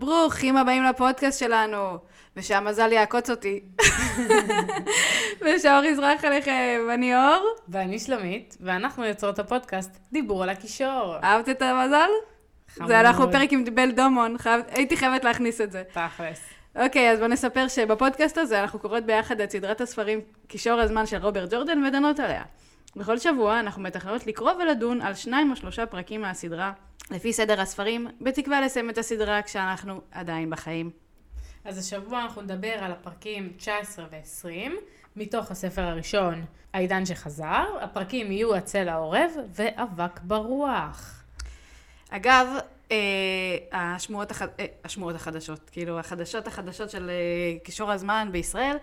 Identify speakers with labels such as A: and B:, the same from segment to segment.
A: האורחים הבאים לפודקאסט שלנו, ושהמזל יעקוץ אותי. ושהאור יזרח עליכם, אני אור.
B: ואני שלומית, ואנחנו יוצרות הפודקאסט דיבור על הקישור.
A: אהבת את המזל?
B: חמוד.
A: זה אנחנו פרק עם בל דומון, חייב- הייתי חייבת להכניס את זה.
B: תכלס.
A: אוקיי, אז בוא נספר שבפודקאסט הזה אנחנו קוראות ביחד את סדרת הספרים קישור הזמן של רוברט ג'ורדן ודנות עליה. בכל שבוע אנחנו מתכננות לקרוא ולדון על שניים או שלושה פרקים מהסדרה, לפי סדר הספרים, בתקווה לסיים את הסדרה כשאנחנו עדיין בחיים.
B: אז השבוע אנחנו נדבר על הפרקים 19 ו-20, מתוך הספר הראשון, העידן שחזר, הפרקים יהיו הצל העורב ואבק ברוח.
A: אגב, אה, השמועות, הח... אה, השמועות החדשות, כאילו החדשות החדשות של אה, קישור הזמן בישראל,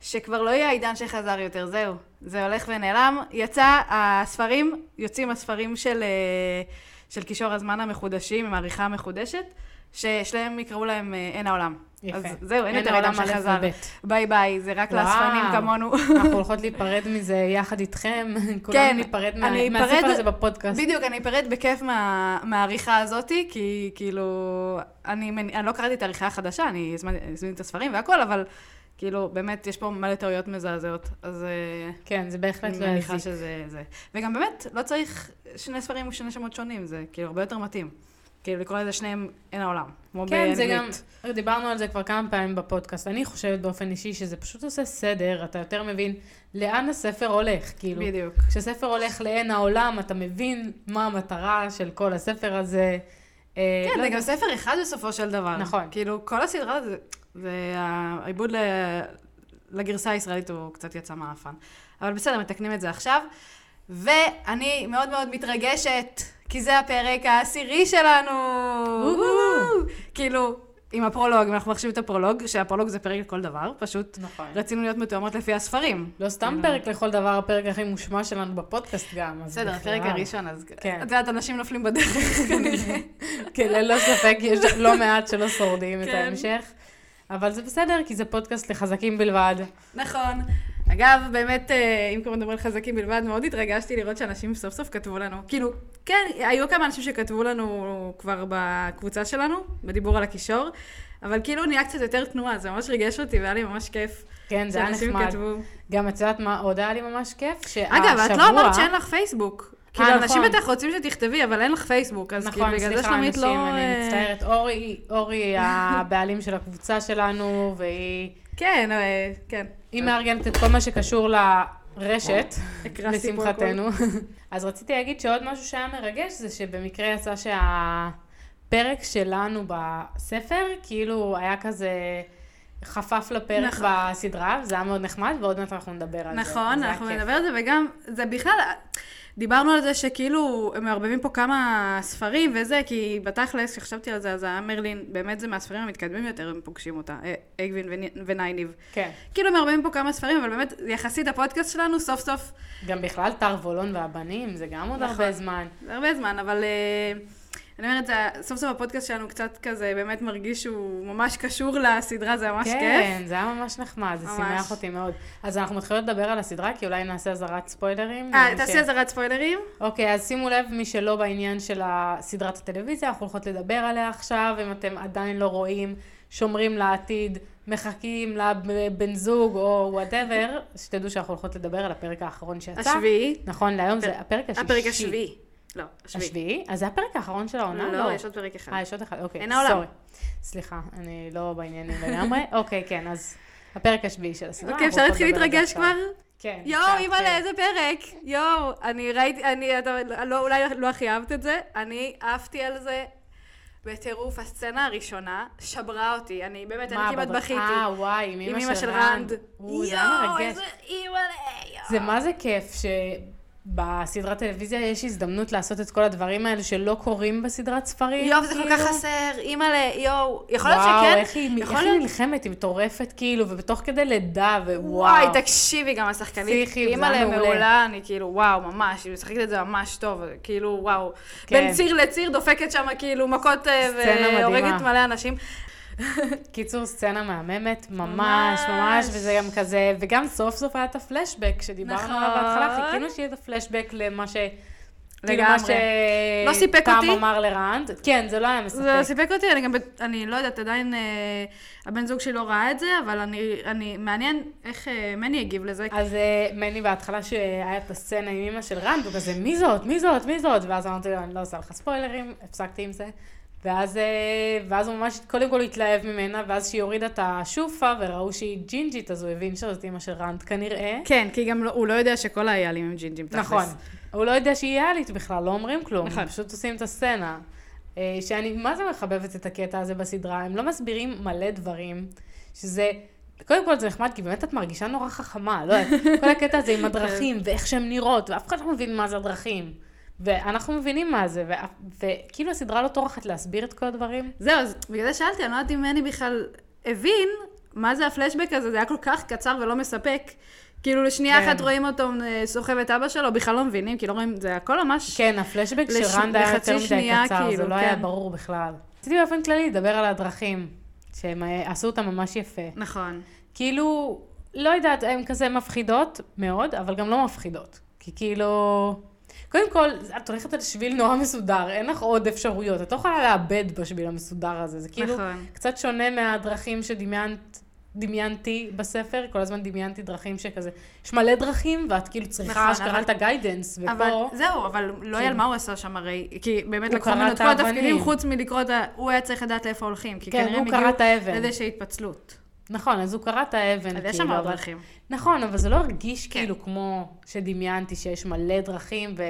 A: שכבר לא יהיה העידן שחזר יותר, זהו. זה הולך ונעלם. יצא הספרים, יוצאים הספרים של, אה, של קישור הזמן המחודשים, עם העריכה המחודשת, ששניהם יקראו להם אה, אין העולם.
B: יפה.
A: אז זהו, אין,
B: אין
A: יותר העידן
B: העולם א'
A: שחזר.
B: וב'.
A: ביי ביי, זה רק
B: וואו.
A: לאספנים כמונו.
B: אנחנו הולכות להיפרד מזה יחד איתכם, כולנו ניפרד מה-
A: כן, אני
B: מהספר
A: אפרד-
B: הזה בפודקאסט.
A: בדיוק, אני אפרד בכיף מה- מהעריכה הזאתי, כי כאילו, אני, מנ- אני לא קראתי את העריכה החדשה, אני הזמנ- הזמנתי את הספרים והכל, אבל כאילו, באמת, יש פה מלא טעויות מזעזעות, אז אה,
B: כן, זה בהחלט לא
A: אני מניחה
B: יזיק.
A: שזה זה. וגם באמת, לא צריך שני ספרים ושני שמות שונים, זה כאילו הרבה יותר מתאים. כאילו, לקרוא לזה שניהם אין העולם, כמו
B: כן,
A: באנגלית.
B: זה גם, דיברנו על זה כבר כמה פעמים בפודקאסט. אני חושבת באופן אישי שזה פשוט עושה סדר, אתה יותר מבין לאן הספר הולך, כאילו.
A: בדיוק.
B: כשספר הולך לעין העולם, אתה מבין מה המטרה של כל הספר הזה. אה,
A: כן,
B: לא
A: זה
B: יודע.
A: גם ספר אחד בסופו של דבר.
B: נכון.
A: כאילו, כל הסדרה זה, זה העיבוד ל- לגרסה הישראלית הוא קצת יצא מהאפן. אבל בסדר, מתקנים את זה עכשיו. ואני מאוד מאוד מתרגשת, כי זה הפרק העשירי שלנו.
B: וואו.
A: כאילו, עם הפרולוג, אם אנחנו מחשיבים את הפרולוג, שהפרולוג זה פרק לכל דבר, פשוט
B: נכון.
A: רצינו להיות מתואמות לפי הספרים.
B: לא סתם
A: כן.
B: פרק לכל דבר, הפרק הכי מושמע שלנו בפודקאסט גם. אז
A: בסדר,
B: בכלל.
A: הפרק הראשון, אז...
B: כן.
A: את יודעת, אנשים נופלים בדרך, כנראה.
B: כן, ללא ספק יש לא מעט שלא שורדים את
A: כן.
B: ההמשך. אבל זה בסדר, כי זה פודקאסט לחזקים בלבד.
A: נכון. אגב, באמת, אה, אם כבר מדברים על חזקים בלבד, מאוד התרגשתי לראות שאנשים סוף סוף כתבו לנו. כאילו, כן, היו כמה אנשים שכתבו לנו כבר בקבוצה שלנו, בדיבור על הקישור, אבל כאילו נהיה קצת יותר תנועה, זה ממש ריגש אותי והיה לי ממש כיף.
B: כן, זה היה
A: שאנשים
B: נחמד.
A: כתבו.
B: גם את יודעת מה עוד היה לי ממש כיף?
A: אגב, את
B: שהשבוע-
A: לא אמרת שאין לך פייסבוק. כאילו,
B: נכון.
A: אנשים בטח רוצים שתכתבי, אבל אין לך פייסבוק, אז כאילו,
B: נכון,
A: בגלל זה
B: סליחה,
A: שלומית
B: אנשים,
A: לא...
B: אני
A: אה,
B: מצטערת. אורי, אורי היא הבעלים של הקבוצה שלנו, והיא
A: כן, אה, כן.
B: היא מארגנת את כל מה שקשור לרשת,
A: הקרסתי פה
B: לשמחתנו. אז רציתי להגיד שעוד משהו שהיה מרגש זה שבמקרה יצא שהפרק שלנו בספר, כאילו היה כזה חפף לפרק
A: נכון.
B: בסדרה, וזה היה מאוד נחמד, ועוד מעט אנחנו נדבר על זה.
A: נכון,
B: זה היה
A: אנחנו
B: כיף.
A: נדבר על זה, וגם, זה בכלל, דיברנו על זה שכאילו, הם מערבבים פה כמה ספרים וזה, כי בתכלס, כשחשבתי על זה, אז היה מרלין, באמת זה מהספרים המתקדמים יותר, הם פוגשים אותה, אה, אגווין וני- ונייניב.
B: כן,
A: כאילו, הם מערבבים פה כמה ספרים, אבל באמת, יחסית הפודקאסט שלנו, סוף סוף,
B: גם בכלל טרבולון והבנים, זה גם
A: נכון.
B: עוד הרבה זמן.
A: זה הרבה זמן, אבל... אה, אני אומרת, זה- סוף סוף הפודקאסט שלנו קצת כזה, באמת מרגיש שהוא ממש קשור לסדרה, זה ממש כיף.
B: כן, זה היה ממש נחמד, זה
A: ממש.
B: שימח אותי מאוד. אז אנחנו מתחילות לדבר על הסדרה, כי אולי נעשה אזהרת ספוילרים.
A: אה,
B: למי ש-
A: תעשי אזהרת ספוילרים.
B: אוקיי, אז שימו לב, מי שלא בעניין של סדרת הטלוויזיה, אנחנו הולכות לדבר עליה עכשיו, אם אתם עדיין לא רואים, שומרים לעתיד, מחכים לבן זוג או וואטאבר, שתדעו שאנחנו הולכות לדבר על הפרק האחרון שיצא.
A: השביעי.
B: נכון, להיום זה הפרק השישי.
A: הפרק השביעי. לא, השביעי.
B: השביעי? אז זה הפרק האחרון של העונה?
A: לא, יש עוד פרק אחד.
B: אה, יש עוד אחד, אוקיי.
A: אין העולם.
B: סורי. סליחה, אני לא בעניינים לגמרי. אוקיי, כן, אז הפרק השביעי של הסדרה.
A: אוקיי, אפשר
B: אנחנו הולכות
A: להתחיל
B: לדבר על זה
A: להתרגש
B: עכשיו.
A: כבר?
B: כן.
A: יואו,
B: קצת,
A: אימא'לה,
B: כן.
A: איזה פרק. יואו, אני ראיתי, אני, אתה, לא, אולי לא הכי אהבת את זה, אני עפתי על זה בטירוף. הסצנה הראשונה שברה אותי, אני באמת, אני
B: מה,
A: כמעט
B: בבת-
A: בכיתי.
B: אה, וואי, עם
A: עם
B: אמא
A: אמא של רנד.
B: וואו, זה היה
A: יואו,
B: מרגש.
A: איזה אימא'לה, יואו.
B: זה מה זה כיף שבסדרת טלוויזיה יש הזדמנות לעשות את כל הדברים האלה שלא קורים בסדרת ספרים.
A: יואו, זה כל כך
B: כאילו.
A: חסר, אימא'לה, יואו. יכול להיות שכן?
B: וואו, איך היא
A: יכול
B: איך היא
A: להיות-
B: נלחמת, היא מטורפת כאילו, ובתוך כדי לידה, ווואו.
A: וואי, תקשיבי, גם השחקנית,
B: פסיכי, זה היה
A: אימא'לה
B: מעולה.
A: מעולה, אני כאילו, וואו, ממש, היא משחקת את זה ממש טוב, כאילו, וואו.
B: כן.
A: בין ציר לציר דופקת שם, כאילו, מכות אה,
B: סצנה
A: והורגת
B: מדהימה.
A: מלא אנשים.
C: אוקיי.
B: קיצור, סצנה מהממת,
A: ממש.
B: ממש, ממש, וזה גם כזה, וגם סוף סוף היה את הפלשבק שדיברנו עליו
A: נכון.
B: בהתחלה, חיכינו שיהיה את הפלשבק למה ש... כאילו מה ש...
A: לא סיפק
B: תם
A: אותי.
B: אמר לרנד. כן, זה לא היה מספק.
A: זה סיפק אותי, אני גם, ב- אני לא יודעת, עדיין אה, הבן זוג שלי לא ראה את זה, אבל אני, אני, מעניין איך אה, מני הגיב לזה.
B: אז אה, מני בהתחלה שהיה את הסצנה עם אמא של רנד, הוא כזה, מי זאת? מי זאת? מי זאת? ואז אמרתי לו, אני לא עושה לך ספוילרים, הפסקתי עם זה. ואז, אה, ואז הוא ממש, קודם כל הוא התלהב ממנה, ואז שהיא הורידה את השופה, וראו שהיא ג'ינג'ית, אז הוא הבין שזאת אמא של רנד, כנראה.
C: כן, כי גם לא- הוא לא יודע שכל האיילים הם ג'ינג'ים תכלס.
B: נכון. הוא לא יודע שהיא יאלית בכלל, לא אומרים כלום.
C: נכון.
B: נכון. פשוט עושים את הסצנה. אה, שאני, מה זה מחבבת את הקטע הזה בסדרה? הם לא מסבירים מלא דברים, שזה... קודם כל זה נחמד, כי באמת את מרגישה נורא חכמה, לא יודעת, כל הקטע הזה עם הדרכים,
A: כן.
B: ואיך שהן נראות, ואף אחד לא מבין מה זה הדרכים. ואנחנו מבינים מה זה, ואף- וכאילו הסדרה לא טורחת להסביר את כל הדברים.
A: זהו, אז בגלל זה שאלתי, אני לא יודעת אם מני בכלל הבין מה זה הפלשבק הזה, זה היה כל כך קצר ולא מספק. כאילו לשנייה
B: כן.
A: אחת רואים אותו אה, סוחב את אבא שלו, בכלל לא מבינים, כי לא רואים, זה הכל ממש...
B: כן, הפלשבק של
A: לש-
B: רנדה היה
A: לחצי
B: יותר מדי
A: שנייה,
B: קצר, זה
A: כאילו,
B: לא היה
A: כן.
B: ברור בכלל. רציתי באופן כללי לדבר על הדרכים, שהם אה, עשו אותם ממש יפה.
A: נכון.
B: כאילו, לא יודעת, הן כזה מפחידות מאוד, אבל גם לא מפחידות. כי כאילו... קודם כל, את הולכת על שביל נורא מסודר, אין לך עוד אפשרויות. את לא יכולה לאבד בשביל המסודר הזה. זה כאילו
A: נכון.
B: קצת שונה מהדרכים שדמיינתי בספר. כל הזמן דמיינתי דרכים שכזה, יש מלא דרכים, ואת כאילו צריכה
A: נכון,
B: אשכרה
A: אבל-
B: את הגיידנס, ופה... כן.
A: אבל זהו, אבל לא יודע מה הוא עשה שם הרי, כי באמת
B: הוא
A: לקחו
B: קרע
A: ממנו
B: את
A: את כל
B: האבנים.
A: התפקידים, חוץ מלקרוא את ה... הוא היה צריך לדעת לאיפה הולכים, כי
B: כן,
A: כנראה
B: הוא
A: הם
B: קרע את האבן.
A: הגיעו לאיזושהי התפצלות.
B: נכון, אז הוא קרע את האבן, כאילו,
A: אז יש שם
B: אבל-
A: עוד דרכים.
B: נכון, אבל זה לא הרגיש
A: כן.
B: כאילו כמו שדמיינתי שיש מלא דרכים, ו...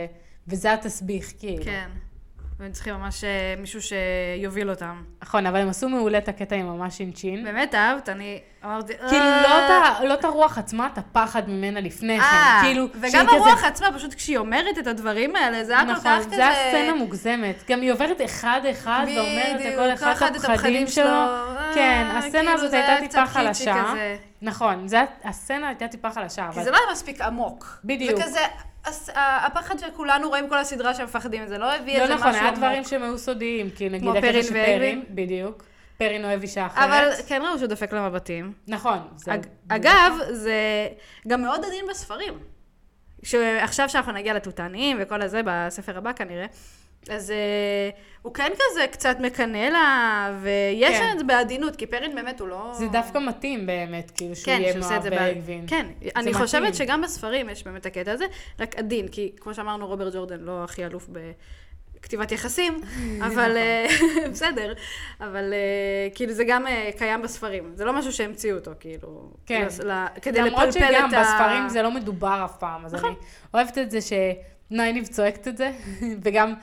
B: וזה התסביך, כאילו.
A: כן. והם צריכים ממש אה, מישהו שיוביל אותם.
B: נכון, אבל הם עשו מעולה את הקטע עם המשינצ'ין.
A: באמת אהבת, אני אמרתי...
B: כאילו,
A: "אה,
B: לא את ה- לא את הרוח עצמה, את הפחד ממנה לפני
A: אה,
B: כן. כאילו,
A: וגם
B: שהיא כזה-
A: הרוח עצמה, פשוט כשהיא אומרת את הדברים האלה, זה היה כל כך
B: נכון,
A: כזה...
B: זה הסצנה מוגזמת. גם היא עוברת אחד-אחד ואומרת
A: בדיוק,
B: לכל אחד את הפחדים שלו.
A: אה,
B: כן, הסצנה
A: כאילו,
B: הזאת
A: זה היה
B: הייתה טיפה
A: קצת קיצ'י
B: חלשה.
A: כזה.
B: נכון, זה- הסצנה הייתה טיפה חלשה,
A: כי
B: אבל...
A: זה לא היה מספיק עמוק.
B: בדיוק.
A: וכזה, הס- ה- הפחד שכולנו רואים כל הסדרה שמפחדים מזה, לא הביא
B: לא
A: איזה משהו
B: נכון,
A: עמוק.
B: היה דברים שהם היו סודיים, כי נגיד...
A: כמו
B: הקטע
A: פרין
B: של
A: ואלווין?
B: פרין, בדיוק. פרין אוהב אישה אחרת.
A: אבל כן ראו שהוא דופק למבטים.
B: נכון. זה-
A: אג- אגב, זה גם מאוד עדין בספרים. שעכשיו שאנחנו נגיע לתותניים וכל הזה, בספר הבא כנראה, אז אה, הוא כן כזה קצת מקנא לה, ויש
B: כן.
A: את זה בעדינות, כי פרין באמת הוא לא...
B: זה דווקא מתאים באמת, כאילו, שהוא
A: כן,
B: יהיה
A: שהוא עושה את זה
B: מאוהב באלווין.
A: ב... כן, אני
B: מתאים.
A: חושבת שגם בספרים יש באמת את הקטע הזה, רק עדין, כי כמו שאמרנו, רוברט ג'ורדן לא הכי אלוף בכתיבת יחסים,
B: נכון.
A: אבל אה, בסדר, אבל אה, כאילו זה גם אה, קיים בספרים, זה לא משהו שהמציאו אותו, כאילו,
B: כן.
A: לס- ל- כדי לפלפל
B: למרות
A: את
B: שגם
A: ה- נכון.
B: בספרים זה לא מדובר אף פעם, אז אני אוהבת את זה שנייניב צועקת את זה, וגם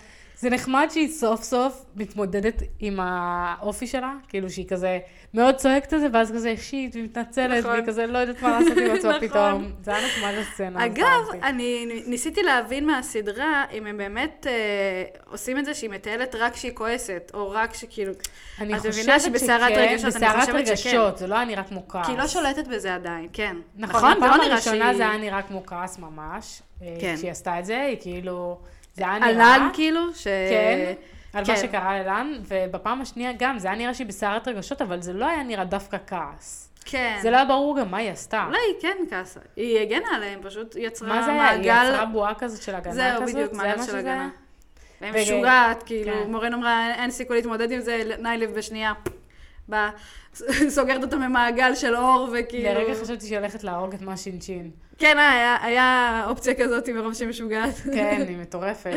B: זה נחמד שהיא סוף סוף מתמודדת עם האופי שלה, כאילו שהיא כזה מאוד צועקת את זה, ואז כזה שיט, והיא מתנצלת,
A: נכון.
B: והיא כזה לא יודעת מה לעשות עם עצמה
A: נכון.
B: פתאום. זה היה נחמד הסצנה. הזאת,
A: אגב,
B: אהבתי.
A: אני ניסיתי להבין מהסדרה אם הם באמת אה, עושים את זה שהיא מטיילת רק כשהיא כועסת, או רק שכאילו...
B: אני
A: את מבינה
B: חושבת
A: שבסערת
B: שכן,
A: רגשות, אני
B: בסערת
A: חושבת שכן.
B: רגשות, זה לא היה נראה כמו כעס.
A: כי היא לא שולטת בזה עדיין, כן.
B: נכון,
A: זה לא
B: בפעם
A: נראה
B: הראשונה
A: שהיא-
B: זה היה נראה כמו כעס ממש. אה,
A: כן.
B: כשהיא עשתה את זה, היא כאילו... זה היה נראה...
A: ענן כאילו, ש...
B: כן, על מה
A: כן.
B: שקרה ללן, ובפעם השנייה גם, זה היה נראה שהיא בסערת רגשות, אבל זה לא היה נראה דווקא כעס.
A: כן.
B: זה לא היה ברור גם מה היא עשתה.
A: אולי היא כן כעסה. היא הגנה עליהם, פשוט יצרה
B: מה
A: מעגל...
B: זה היה? היא יצרה בועה כזאת של הגנה
A: זהו,
B: כזאת?
A: בדיוק,
B: זה
A: מעגל
B: מה
A: של
B: שזה היה?
A: הגנה. והם
B: ורגע-
A: משוגעת, כאילו,
B: כן.
A: מורן אמרה, "אין- אין סיכוי להתמודד עם זה, ניילב בשנייה. באה, סוגרת אותו ממעגל של אור, וכאילו...
B: לרגע חשבתי שהיא הולכת להרוג את מה שינשין.
A: כן, היה, היה אופציה כזאת מרוב שהיא משוגעת.
B: כן, היא מטורפת.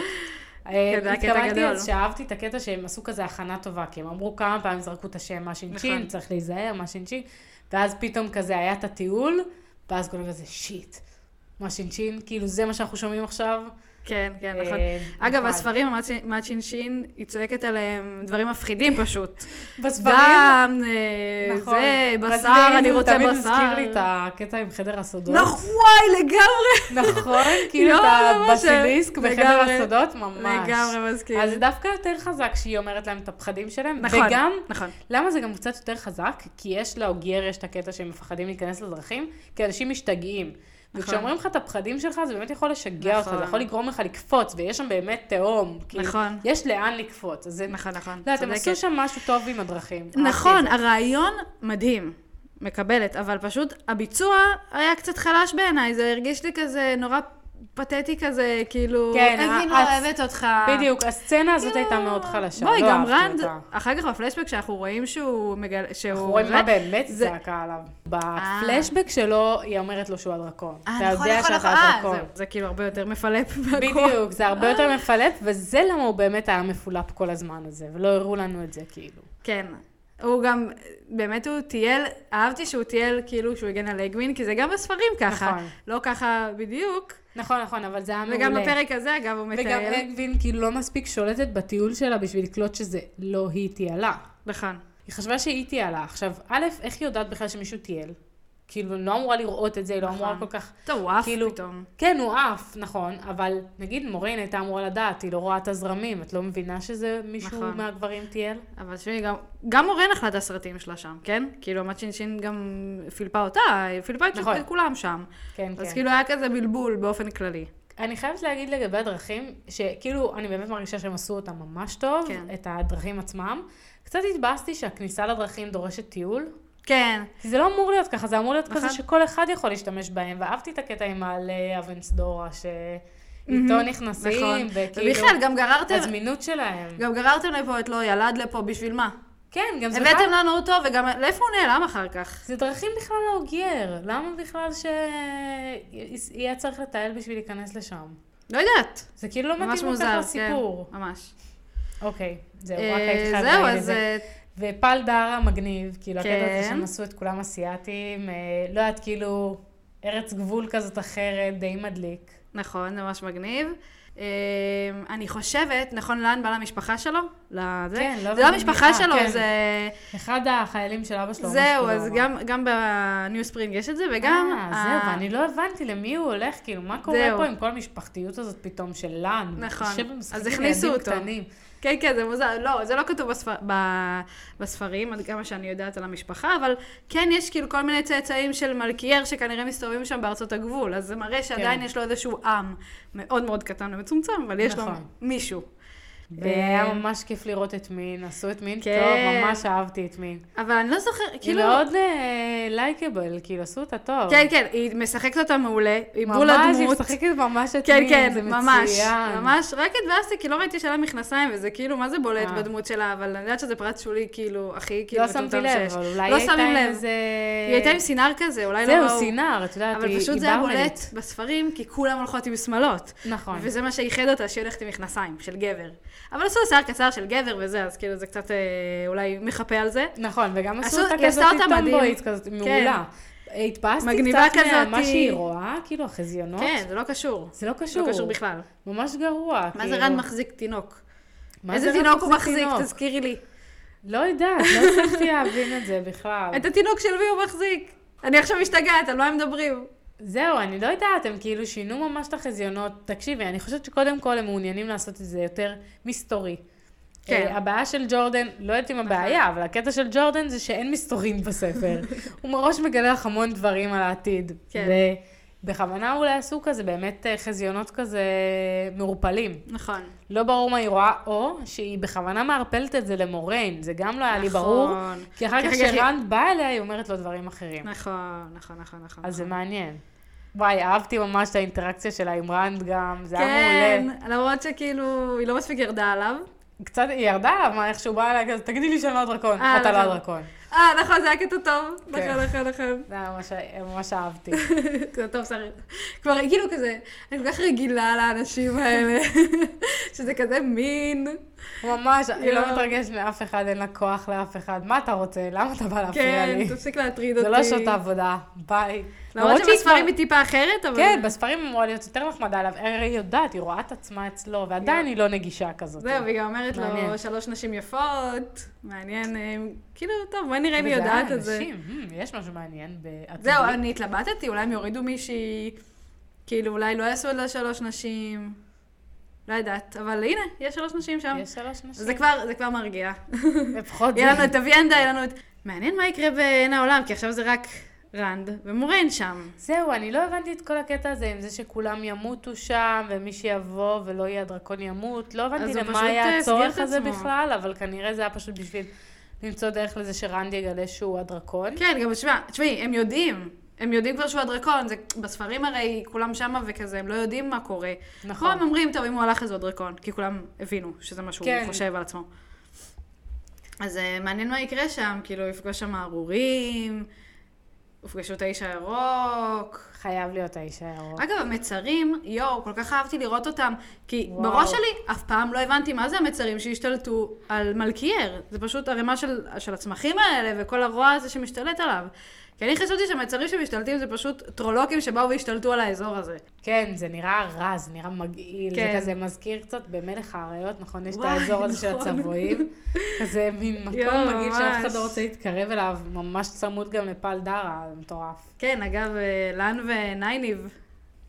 A: כן, זה היה קטע
B: התכוונתי
A: גדול.
B: אז שאהבתי את הקטע שהם עשו כזה הכנה טובה, כי הם אמרו כמה פעמים זרקו את השם מה שינשין,
A: נכון.
B: צריך להיזהר מה שינשין, ואז פתאום כזה היה את הטיול, ואז כולם כזה שיט, מה שינשין, כאילו זה מה שאנחנו שומעים עכשיו.
A: כן, כן, נכון.
B: אה,
A: אגב,
B: נכון.
A: הספרים, מאצ'ין שין, היא צועקת עליהם דברים מפחידים פשוט.
B: בספרים,
A: דם, אה,
B: נכון.
A: זה,
B: רציתי
A: בשר,
B: להגיד,
A: אני
B: הוא
A: רוצה בשר.
B: תמיד הזכיר לי את הקטע עם חדר הסודות.
A: נכון, וואי, לגמרי.
B: נכון, כאילו את
A: לא, ממש,
B: הבסיליסק בחדר
A: לגמרי.
B: הסודות, ממש.
A: לגמרי מזכיר.
B: אז זה דווקא יותר חזק שהיא אומרת להם את הפחדים שלהם,
A: נכון,
B: וגם
A: נכון.
B: למה זה גם קצת יותר חזק? כי יש לאוגר, יש את הקטע שהם מפחדים להיכנס לדרכים, כי אנשים משתגעים. וכשאומרים לך את הפחדים שלך, זה באמת יכול לשגע אותך,
A: נכון.
B: זה יכול לגרום לך לקפוץ, ויש שם באמת תהום. כאילו,
A: נכון.
B: יש לאן לקפוץ. אז זה...
A: נכון, נכון.
B: לא, אתם עשו
A: צודקת.
B: שם משהו טוב עם הדרכים.
A: נכון,
B: אהבתי את
A: הרעיון מדהים. מקבלת, אבל פשוט הביצוע היה קצת חלש בעיניי, זה הרגיש לי כזה נורא פתטי כזה, כאילו,
B: כן,
A: כן, אני
B: ה-
A: לא
B: הס-
A: אוהבת אותך.
B: אה, בדיוק, הסצנה הזאת הייתה מאוד חלשה.
A: בואי,
B: לא
A: גם
B: אהבתי
A: רנד,
B: אותה.
A: אחר כך בפלשבק שאנחנו רואים שהוא מגלה, שהוא...
B: אנחנו רואים מה באמת
A: זה-
B: צעקה עליו. בפלשבק שלו, היא אומרת לו שהוא הדרקון.
A: אה,
B: אתה
A: נכון,
B: יודע
A: נכון,
B: שאתה
A: נכון. אה,
B: הדרקון.
A: זהו, זה אה. כאילו הרבה יותר מפלפ והכל.
B: בדיוק, זה הרבה יותר מפלפ, וזה למה הוא באמת היה מפולפ כל הזמן הזה, ולא הראו לנו את זה כאילו.
A: כן. הוא גם, באמת הוא טייל, אהבתי שהוא טייל כאילו שהוא הגן על אגווין, כי זה גם בספרים ככה.
B: נכון.
A: לא ככה בדיוק.
B: נכון, נכון, אבל זה היה מעולה.
A: וגם בפרק הזה, אגב, הוא מטייל.
B: וגם אגווין כאילו לא מספיק שולטת בטיול שלה בשביל לקלוט שזה לא היא תיעלה.
A: נכון.
B: היא חשבה שהיא תיעלה. עכשיו, א', איך היא יודעת בכלל שמישהו טייל? כאילו, היא לא אמורה לראות את זה, היא לא אמורה כל
A: נכון.
B: כך...
A: טוב, הוא עף
B: כאילו-
A: פתאום.
B: כן, הוא עף, נכון, אבל נגיד מורין הייתה אמורה לדעת, היא לא רואה את הזרמים, את לא מבינה שזה מישהו
A: נכון.
B: מהגברים טייל?
A: אבל תשמעי, גם, גם אורן אכלה את הסרטים שלה שם, כן? כאילו, עמד שינשין גם פילפה אותה, היא פילפה את
B: נכון.
A: את כולם שם.
B: כן,
A: אז
B: כן.
A: כאילו היה כזה בלבול באופן כללי.
B: אני חייבת להגיד לגבי הדרכים, שכאילו, אני באמת מרגישה שהם עשו אותם ממש טוב,
A: כן.
B: את הדרכים עצמם. קצת התבאסתי שהכניסה לדרכים דורשת טיול.
A: כן,
B: כי זה לא אמור להיות ככה, זה אמור להיות
A: נכון.
B: כזה שכל אחד יכול להשתמש בהם, ואהבתי את הקטע עם העלי אבנסדורה, שאיתו
A: נכון.
B: נכנסים, וכאילו,
A: ובכלל, גם גררתם,
B: הזמינות שלהם.
A: גם גררתם לפה את לא ילד לפה, בשביל מה?
B: כן, גם זה
A: הבאתם לנו אותו, וגם לאיפה הוא נעלם אחר כך?
B: זה דרכים בכלל לא גר, למה בכלל שיהיה צריך לטייל בשביל להיכנס לשם?
A: לא יודעת.
B: זה כאילו לא
A: ממש
B: מתאים כל
A: מוזר,
B: כך
A: כן,
B: לסיפור.
A: ממש.
B: אוקיי, זהו, רק
A: אה,
B: הייתי חייבת
A: זהו,
B: להגיד את
A: אז
B: זה.
A: אה,
B: ופל דארה מגניב, כאילו, הקטע הזה
A: כן.
B: שהם עשו את כולם אסיאתים, אה, לא יודעת, כאילו, ארץ גבול כזאת אחרת, די מדליק.
A: נכון, זה ממש מגניב. אה, אני חושבת, נכון, לאן בא למשפחה שלו? לזה?
B: כן, לא
A: זה לא
B: הבנתי.
A: המשפחה
B: אה,
A: שלו,
B: כן. לא,
A: זה...
B: אחד החיילים של אבא שלו ממש
A: זהו,
B: כזה
A: אז
B: אמר.
A: גם, גם בניו ספרינג יש את זה, וגם...
B: אה,
A: ה-
B: זהו, ואני לא הבנתי למי הוא הולך, כאילו, מה קורה
A: זהו.
B: פה עם כל המשפחתיות הזאת פתאום של לאן?
A: נכון.
B: יושב ומשחק
A: אז
B: עם
A: הכניסו
B: ילדים
A: אותו.
B: קטנים.
A: כן, כן, זה מוזר. לא, זה לא כתוב בספר... ב... בספרים, עד כמה שאני יודעת על המשפחה, אבל כן יש כאילו כל מיני צאצאים של מלכיאר שכנראה מסתובבים שם בארצות הגבול, אז זה מראה שעדיין
B: כן.
A: יש לו איזשהו עם מאוד מאוד קטן ומצומצם, אבל יש לו
B: נכון.
A: מישהו.
B: והיה
A: אה,
B: ממש כיף לראות את מין, עשו את מין
A: כן.
B: טוב, ממש אהבתי את מין.
A: אבל אני לא זוכרת,
B: היא
A: כאילו...
B: מאוד לייקבל, כאילו, עשו אותה טוב.
A: כן, כן, היא משחקת אותה מעולה, היא בול
B: ממש, היא
A: הדמות.
B: משחקת ממש את
A: כן,
B: מין,
A: כן,
B: זה
A: ממש,
B: מצוין.
A: ממש, רק התבאסתי, כי לא ראיתי שלה מכנסיים, וזה כאילו, מה זה בולט
B: אה.
A: בדמות שלה, אבל אני יודעת שזה פרט שולי, כאילו, הכי, כאילו,
B: לא שמתי
A: מטומטם
B: לב,
A: שיש.
B: אבל אולי
A: לא
B: היא הייתה
A: שמים
B: עם
A: לב.
B: איזה...
A: היא הייתה עם סינר כזה, אולי לא ראו.
B: זהו, סינר, את יודעת, היא
A: אבל פשוט
B: היא
A: זה היה
B: ברמנית.
A: בולט בספרים, כי כולם הולכות עם שמלות.
B: נכון.
A: וזה מה שאיחד אותה, שהיא הולכת עם מכנסיים, של גבר. אבל עשו לה שיער קצר של גבר וזה, אז כאילו זה קצת אה, אולי מחפה על זה.
B: נכון, וגם עשו
A: עשו-
B: אותה
A: היא עשתה
B: כזאת
A: אותה מדהים.
B: טמבואית כזאת, מעולה. התפעסתי
A: כן. מגניבה
B: קצת ממה
A: כזאת.
B: שהיא רואה, כאילו החזיונות.
A: כן, זה לא קשור.
B: זה לא
A: לא
B: קשור.
A: קשור בכלל.
B: ממש גרוע.
A: מה זה
B: כאילו.
A: רן מחזיק תינוק?
B: מה זה
A: איזה
B: רן
A: תינוק הוא מחזיק?
B: תינוק?
A: תזכירי לי.
B: לא יודעת, לא הצלחתי להבין את זה בכלל.
A: את התינוק של מי הוא מחזיק? אני עכשיו משתגעת, על מה הם מדברים?
B: זהו, אני לא יודעת, הם כאילו שינו ממש את החזיונות. תקשיבי, אני חושבת שקודם כל הם מעוניינים לעשות את זה יותר מסתורי.
A: כן. נכון.
B: אה, הבעיה של ג'ורדן, לא יודעת אם הבעיה, אבל הקטע של ג'ורדן זה שאין מסתורים בספר. הוא מראש מגלה לך המון דברים על העתיד.
A: כן.
B: ובכוונה אולי עשו כזה באמת אה, חזיונות כזה מעורפלים.
A: נכון.
B: לא ברור מה היא רואה, או שהיא בכוונה מערפלת את זה למוריין, זה גם לא היה לי
A: נכון. כן,
B: ברור. כי אחר
A: כי
B: כך
A: אחר כך היא-
B: כשרן בא אליה, היא אומרת לו דברים אחרים.
A: נכון, נכון, נכון, נכון.
B: אז זה מעניין. וואי, אהבתי ממש את האינטראקציה שלה עם רנד גם, זה היה
A: כן,
B: מעולה.
A: למרות שכאילו, היא לא מספיק ירדה עליו.
B: קצת, היא ירדה עליו, מה, איך שהוא בא אליי כזה, תגידי לי שאני לא דרקון.
A: אה,
B: אתה לא
A: נכון.
B: דרקון.
A: אה, נכון, זה היה קטע טוב.
B: כן.
A: נכון, נכון, נכון.
B: זה היה ממש- ממש אהבתי.
A: זה טוב, שרי. כבר כאילו כזה, אני כל כך רגילה לאנשים האלה, שזה כזה מין.
B: ממש, היא לא
A: לא.
B: מתרגשת מאף אחד, אין לה כוח לאף אחד. מה אתה רוצה? למה אתה בא להפריע
A: כן,
B: לי?
A: תפסיק להטריד אותי.
B: זה לא שעות העבודה, ביי.
A: למרות
B: שהיא
A: שבספרים
B: כבר-
A: היא טיפה אחרת, אבל...
B: כן, בספרים היא אמורה להיות יותר נחמדה אליו. הרי היא יודעת, היא רואה את עצמה אצלו, ועדיין היא לא נגישה כזאת.
A: זהו, והיא גם אומרת
B: מעניין.
A: לו, שלוש נשים יפות, מעניין, אה, כאילו, טוב, בואי נראה אם היא
B: וזה
A: יודעת את זה.
B: האנשים, hmm, יש משהו מעניין בעתידי.
A: זהו, אני התלבטתי, אולי הם יורידו מישהי, כאילו, אולי לא יעשו לה שלוש נשים, לא יודעת, אבל הנה, יש שלוש נשים שם.
B: יש שלוש נשים.
A: זה כבר, זה כבר מרגיע.
B: לפחות
A: יהיה לנו את אביאנדה, יהיה לנו את... מעניין מה יקרה בעין העולם, כי עכשיו זה רק רנד ומורן שם.
B: זהו, אני לא הבנתי את כל הקטע הזה עם זה שכולם ימותו שם, ומי שיבוא ולא יהיה הדרקון ימות. לא הבנתי
A: אז הוא
B: למה
A: פשוט,
B: היה
A: אה, הסגיר את
B: הצורך הזה
A: עצמו.
B: בכלל, אבל כנראה זה היה פשוט בשביל למצוא דרך לזה שרנדי יגלה שהוא הדרקון.
A: כן, גם תשמע, תשמעי, הם יודעים. הם יודעים כבר שהוא הדרקון, זה בספרים הרי כולם שמה וכזה, הם לא יודעים מה קורה. נכון.
B: נכון.
A: פה הם אומרים, טוב, אם הוא הלך אז הוא הדרקון, כי כולם הבינו שזה מה שהוא
B: כן.
A: חושב על עצמו. אז אה, מעניין מה יקרה שם, כאילו, הוא יפגוש שם ארורים, יפגשו את האיש הירוק.
B: חייב להיות האיש הירוק.
A: אגב, המצרים, יואו, כל כך אהבתי לראות אותם, כי
B: וואו.
A: וואו. בראש שלי אף פעם לא הבנתי מה זה המצרים שהשתלטו על מלכיאר. זה פשוט ערימה של, של הצמחים האלה וכל הרוע הזה שמשתלט עליו. כי אני חשבתי שהמצרים שמשתלטים זה פשוט טרולוקים שבאו והשתלטו על האזור הזה.
B: כן, זה נראה רע, זה נראה מגעיל. זה
A: כן.
B: כזה מזכיר קצת במלך האריות, נכון? יש את
A: וואי,
B: האזור הזה של
A: נכון.
B: הצבועים. כזה מין מקום
A: יואו,
B: מגעיל שאף אחד
A: ממש.
B: לא רוצה להתקרב אליו, ממש צמוד גם לפל דארה, זה מטורף.
A: כן, אגב, אה, לאן ונייניב.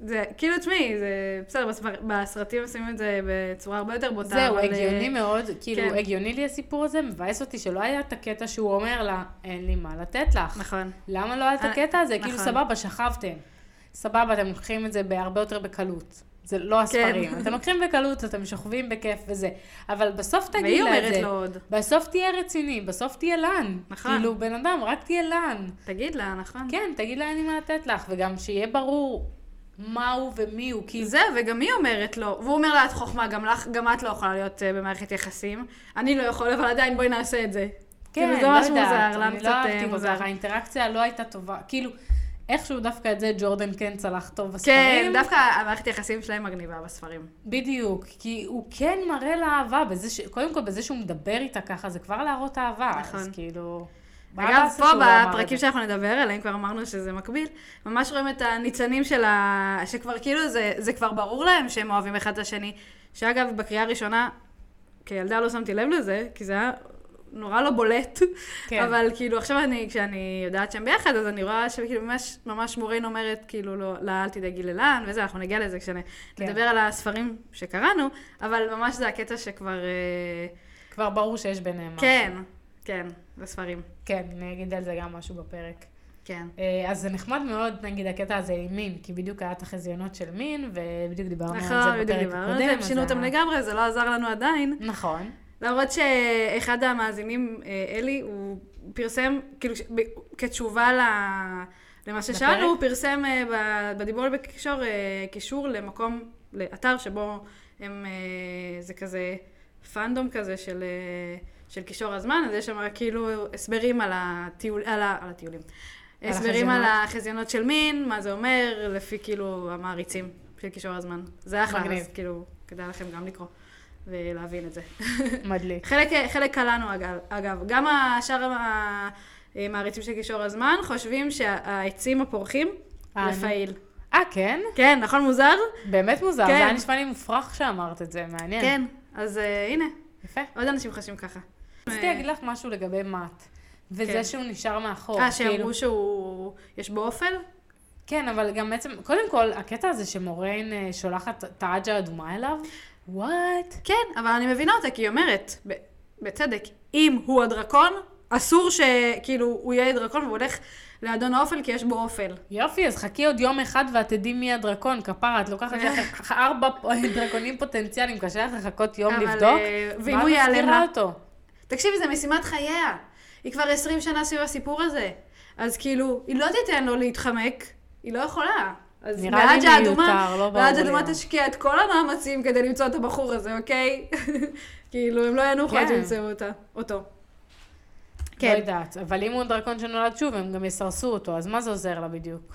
A: זה, כאילו, תשמעי, זה בסדר, בספר, בסרטים עושים את זה בצורה הרבה יותר בוטה.
B: זהו,
A: אבל, אה,
B: הגיוני מאוד, כאילו,
A: כן.
B: הגיוני לי הסיפור הזה, מבאס אותי שלא היה את הקטע שהוא אומר לה, אין לי מה לתת לך.
A: נכון.
B: למה לא היה את
A: אה,
B: הקטע הזה? כאילו,
A: נכון.
B: סבבה, שכבתם. סבבה, אתם לוקחים את זה בהרבה יותר בקלות. זה לא
A: כן.
B: הספרים. אתם לוקחים בקלות, אתם שוכבים בכיף וזה. אבל בסוף תגיד
A: והיא
B: לה את זה.
A: אומרת לו עוד.
B: בסוף תהיה רציני, בסוף תהיה לן.
A: נכון.
B: כאילו, בן אדם, רק תהיה לן.
A: תגיד לה, נכון.
B: כן, תגיד לה אין לי מה לתת לך, וגם שיהיה ברור מה הוא ומי הוא, כי...
A: זהו, וגם היא אומרת לו, והוא אומר לה, את חוכמה, גם לך, גם את לא יכולה להיות אה, במערכת יחסים. אני לא יכול, אבל עדיין בואי נעשה את זה. כאילו, זה ממש מוזר, לנו
B: לא אני
A: קצת
B: כן, לא
A: אה,
B: אהבתי כל
A: מוזר.
B: כך, האינטראקציה לא הייתה טובה. כאילו, איכשהו דווקא את זה ג'ורדן כן צלח טוב בספרים.
A: כן, דווקא המערכת יחסים שלהם מגניבה בספרים.
B: בדיוק, כי הוא כן מראה לה אהבה, בזה ש... קודם כל בזה שהוא מדבר איתה ככה, זה כבר להראות אהבה.
A: נכון.
B: אז כאילו... מה
A: אגב,
B: הבאסה
A: פה
B: שהוא לא אמר את
A: בפרקים
B: זה?
A: שאנחנו נדבר עליהם, כבר אמרנו שזה מקביל, ממש רואים את הניצנים של ה... שכבר כאילו זה, זה כבר ברור להם שהם אוהבים אחד את השני. שאגב, בקריאה הראשונה, כילדה לא שמתי לב לזה, כי זה היה נורא לא בולט.
B: כן.
A: כן. אבל כאילו עכשיו אני, כשאני יודעת שהם ביחד, אז אני רואה שכאילו ממש, ממש מורין אומרת, כאילו, לא, לא, אל תדאגי ללן וזה, אנחנו נגיע לזה כשנדבר
B: כן.
A: כן. על הספרים שקראנו, אבל ממש זה הקטע שכבר... אה,
B: כבר ברור שיש ביניהם משהו.
A: כן, כן, בספרים.
B: כן, אני אגיד על זה גם משהו בפרק.
A: כן.
B: אה, אז זה נחמד מאוד, נגיד, הקטע הזה עם מין, כי בדיוק היה את החזיונות של מין, ובדיוק דיברנו על
A: נכון,
B: זה
A: בדיוק
B: בפרק
A: דיברנו
B: הקודם.
A: על זה, הם
B: אז
A: שינו
B: ה-
A: אותם לגמרי, זה לא עזר לנו עדיין.
B: נכון.
A: למרות שאחד המאזינים, אה, אלי, הוא פרסם, כאילו, ש- ב- כתשובה ל... למה
B: לפרק?
A: ששאלנו, הוא פרסם אה, ב- בדיבור בקישור אה, קישור למקום, לאתר שבו הם, אה, זה כזה פאנדום כזה של, אה, של קישור הזמן, אז יש שם כאילו הסברים על, הטיול, על, ה, על הטיולים.
B: על
A: הסברים על
B: החזיונות.
A: החזיונות של מין, מה זה אומר, לפי כאילו המעריצים של קישור הזמן. זה אחלה,
B: מגניב.
A: אז כאילו, כדאי לכם גם לקרוא ולהבין את זה.
B: מדליק.
A: חלק, חלק קלענו אגב, אגב, גם השאר המעריצים של קישור הזמן חושבים שהעצים הפורחים
B: אה,
A: לפעיל.
B: אה, כן?
A: כן, נכון מוזר?
B: באמת מוזר. זה
A: כן.
B: היה נשמע לי מופרך שאמרת את זה, מעניין.
A: כן. אז אה, הנה,
B: יפה.
A: עוד אנשים חושבים ככה. אה,
B: רציתי להגיד לך משהו לגבי מאט, וזה
A: כן.
B: שהוא נשאר מאחור.
A: אה,
B: כאילו-
A: שאמרו שהוא... יש בו אופל?
B: כן, אבל גם בעצם, קודם כל, הקטע הזה שמוריין אה, שולחת את העג'ה האדומה אליו, וואט?
A: כן, אבל אני מבינה אותה, כי היא אומרת, ב- בצדק, אם הוא הדרקון, אסור שכאילו הוא יהיה דרקון והוא הולך לאדון האופל כי יש בו אופל.
B: יופי, אז חכי עוד יום אחד ואת תדעי מי הדרקון, כפרה, את לוקחת לך ארבע פ- אה, דרקונים פוטנציאליים, קשה לך לחכות יום
A: אבל,
B: לבדוק,
A: אה, ואם
B: מה
A: הוא
B: את
A: ייעלם
B: מזכירה
A: לה?
B: אותו? לא
A: תקשיבי, זה משימת חייה. היא כבר 20 שנה סביב הסיפור הזה. אז כאילו, היא לא תיתן לו להתחמק, היא לא יכולה. אז
B: נראה לי
A: בעד
B: מיותר,
A: האדומה,
B: לא ברור
A: בעד
B: לי.
A: האדומה תשקיע את כל המאמצים כדי למצוא את הבחור הזה, אוקיי? כאילו, הם לא ינוחו עד
B: כן.
A: שימצאו אותה- אותו.
B: לא
A: כן.
B: יודעת, אבל אם הוא דרקון שנולד שוב, הם גם יסרסו אותו, אז מה זה עוזר לה בדיוק?